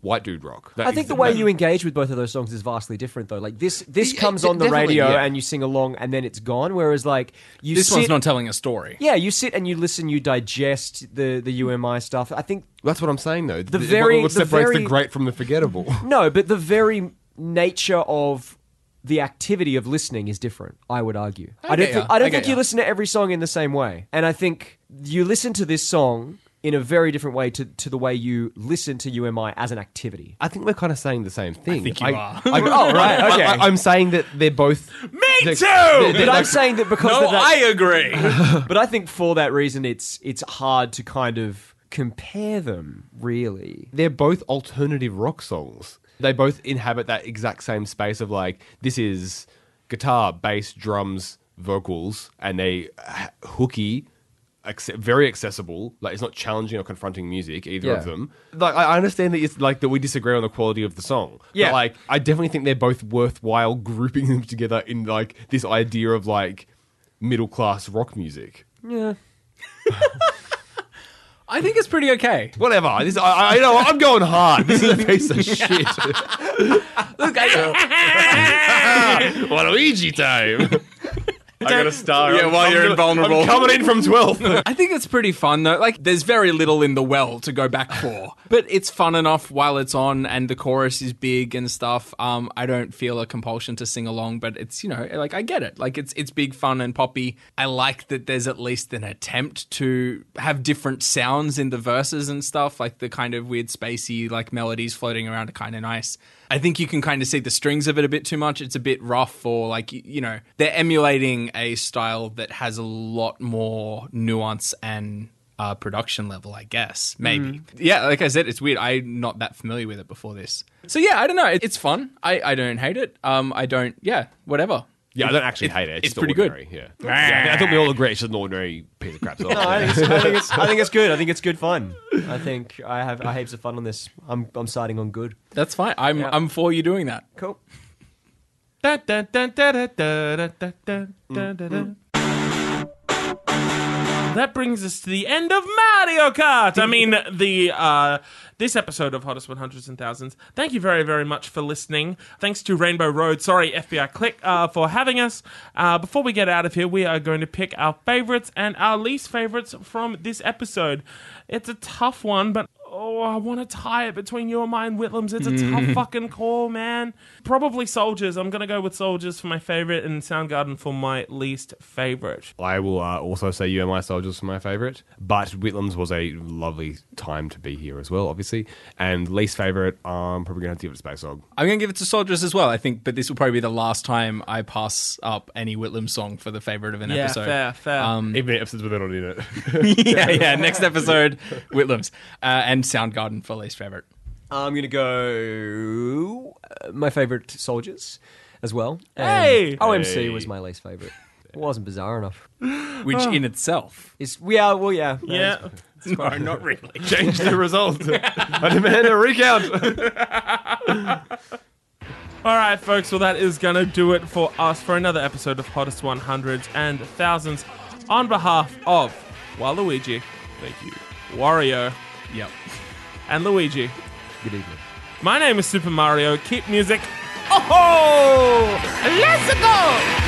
Speaker 3: white dude rock. That
Speaker 4: I think
Speaker 3: is-
Speaker 4: the way
Speaker 3: that-
Speaker 4: you engage with both of those songs is vastly different, though. Like this, this
Speaker 3: Yeah,
Speaker 4: comes
Speaker 3: de-
Speaker 4: on the
Speaker 3: definitely,
Speaker 4: radio
Speaker 3: yeah.
Speaker 4: and you sing along, and then it's gone. Whereas, like you
Speaker 2: this
Speaker 4: sit,
Speaker 2: one's not telling a story.
Speaker 4: yeah, you sit and you listen, you digest the the UMI stuff. I think
Speaker 3: That's what I'm saying though. The,
Speaker 4: very-
Speaker 3: what
Speaker 4: the
Speaker 3: separates
Speaker 4: very-
Speaker 3: the great from the forgettable.
Speaker 4: no, but the very nature of the activity of listening is different. I would argue. I, don't.
Speaker 2: get
Speaker 4: think,
Speaker 2: ya.
Speaker 4: I don't
Speaker 2: I get
Speaker 4: think you
Speaker 2: ya.
Speaker 4: listen to every song in the same way, and I think you listen to this song in a very different way to, to the way you listen to UMI as an activity.
Speaker 3: I think we're kind of saying the same thing. I
Speaker 2: think you are.
Speaker 3: I, oh, right. Okay. I, am saying that they're both. Me
Speaker 1: too!
Speaker 4: But I'm saying that because
Speaker 2: No,
Speaker 4: of that,
Speaker 2: Oh, I agree.
Speaker 4: but I think for that reason, it's it's hard to kind of compare them. Really,
Speaker 3: they're both alternative rock songs. They both inhabit that exact same space of like this is guitar, bass, drums, vocals, and they h- hooky, acce- very accessible. Like it's not challenging or confronting music either of
Speaker 4: Yeah.
Speaker 3: them. Like I I understand that it's like that we disagree on the quality of the song.
Speaker 4: Yeah.
Speaker 3: But like I definitely think they're both worthwhile grouping them together in like this idea of like middle class rock music.
Speaker 4: yeah.
Speaker 2: I think it's pretty okay.
Speaker 3: Whatever. This I, I you know what? I'm going hard. This is a piece of shit.
Speaker 2: Look, I,
Speaker 3: Waluigi time. I got a star.
Speaker 2: Yeah, while you're invulnerable.
Speaker 3: I'm coming in from 12th.
Speaker 2: I think it's pretty fun though. Like, there's very little in the well to go back for, but it's fun enough while it's on, and the chorus is big and stuff. Um, I don't feel a compulsion to sing along, but it's you know, like I get it. Like it's it's big fun and poppy. I like that there's at least an attempt to have different sounds in the verses and stuff. Like the kind of weird spacey like melodies floating around are kind of nice. I think you can kind of see the strings of it a bit too much. It's a bit rough, or like, y- you know, they're emulating a style that has a lot more nuance and uh, production level, I guess. Maybe.
Speaker 1: Mm-hmm.
Speaker 2: Yeah, like I said, it's weird. I'm not that familiar with it before this. So yeah, I don't know. It- It's fun. I, I don't hate it. Um, I don't, yeah, whatever.
Speaker 3: Yeah, I don't actually hate it.
Speaker 2: it's
Speaker 3: It's, just
Speaker 2: pretty good.
Speaker 3: ordinary. Yeah. yeah. I think we all agree it's just an ordinary piece of crap song.
Speaker 4: I think, it's, I, think it's, I think it's good. I think it's good fun. I think I have I heaps of fun on this. I'm I'm siding on good.
Speaker 2: That's fine. I'm,
Speaker 4: Yeah.
Speaker 2: I'm for you doing that.
Speaker 4: Cool.
Speaker 1: Da, da, da, da, da, da, da, da, da, da, da, da. That brings us to the end of Mario Kart. I mean, the uh, this episode of Hottest 100s and Thousands. Thank you very, very much for listening. Thanks to Rainbow Road, sorry FBI Click, uh, for having us. Uh, before we get out of here, we are going to pick our favorites and our least favorites from this episode. It's a tough one, but Oh, I want to tie it between you and mine, Whitlams. It's a tough fucking call, man. Probably Soldiers. I'm going to go with Soldiers for my favorite and Soundgarden for my least favorite.
Speaker 3: I will uh, also say UMI Soldiers for my favourite. But Whitlam's was a lovely time to be here as well, obviously. And least favourite, I'm probably going to have to give it to Space Hog.
Speaker 2: I'm going to give it to Soldiers as well, I think, but this will probably be the last time I pass up any Whitlam song for the favorite of an
Speaker 1: yeah,
Speaker 2: episode.
Speaker 1: fair, fair.
Speaker 3: Even if it's not in it.
Speaker 2: yeah, yeah. Next episode, Whitlams uh, and Soundgarden for least favorite.
Speaker 4: I'm gonna go uh, my favorite soldiers as well. And
Speaker 1: Hey!
Speaker 4: OMC
Speaker 3: Hey.
Speaker 4: was my least favorite. It wasn't bizarre enough.
Speaker 2: Which in itself,
Speaker 4: It's yeah, well yeah. that is-
Speaker 1: yeah.
Speaker 2: no, not really.
Speaker 3: Change the result. I demand a recount.
Speaker 1: All right, folks. Well, that is going to do it for us for another episode of Hottest 100s and Thousands. On behalf of Waluigi,
Speaker 3: Thank you.
Speaker 1: Wario,
Speaker 2: Yep.
Speaker 1: and Luigi,
Speaker 4: Good evening.
Speaker 1: my name is Super Mario. Keep music
Speaker 2: Oh, let's go.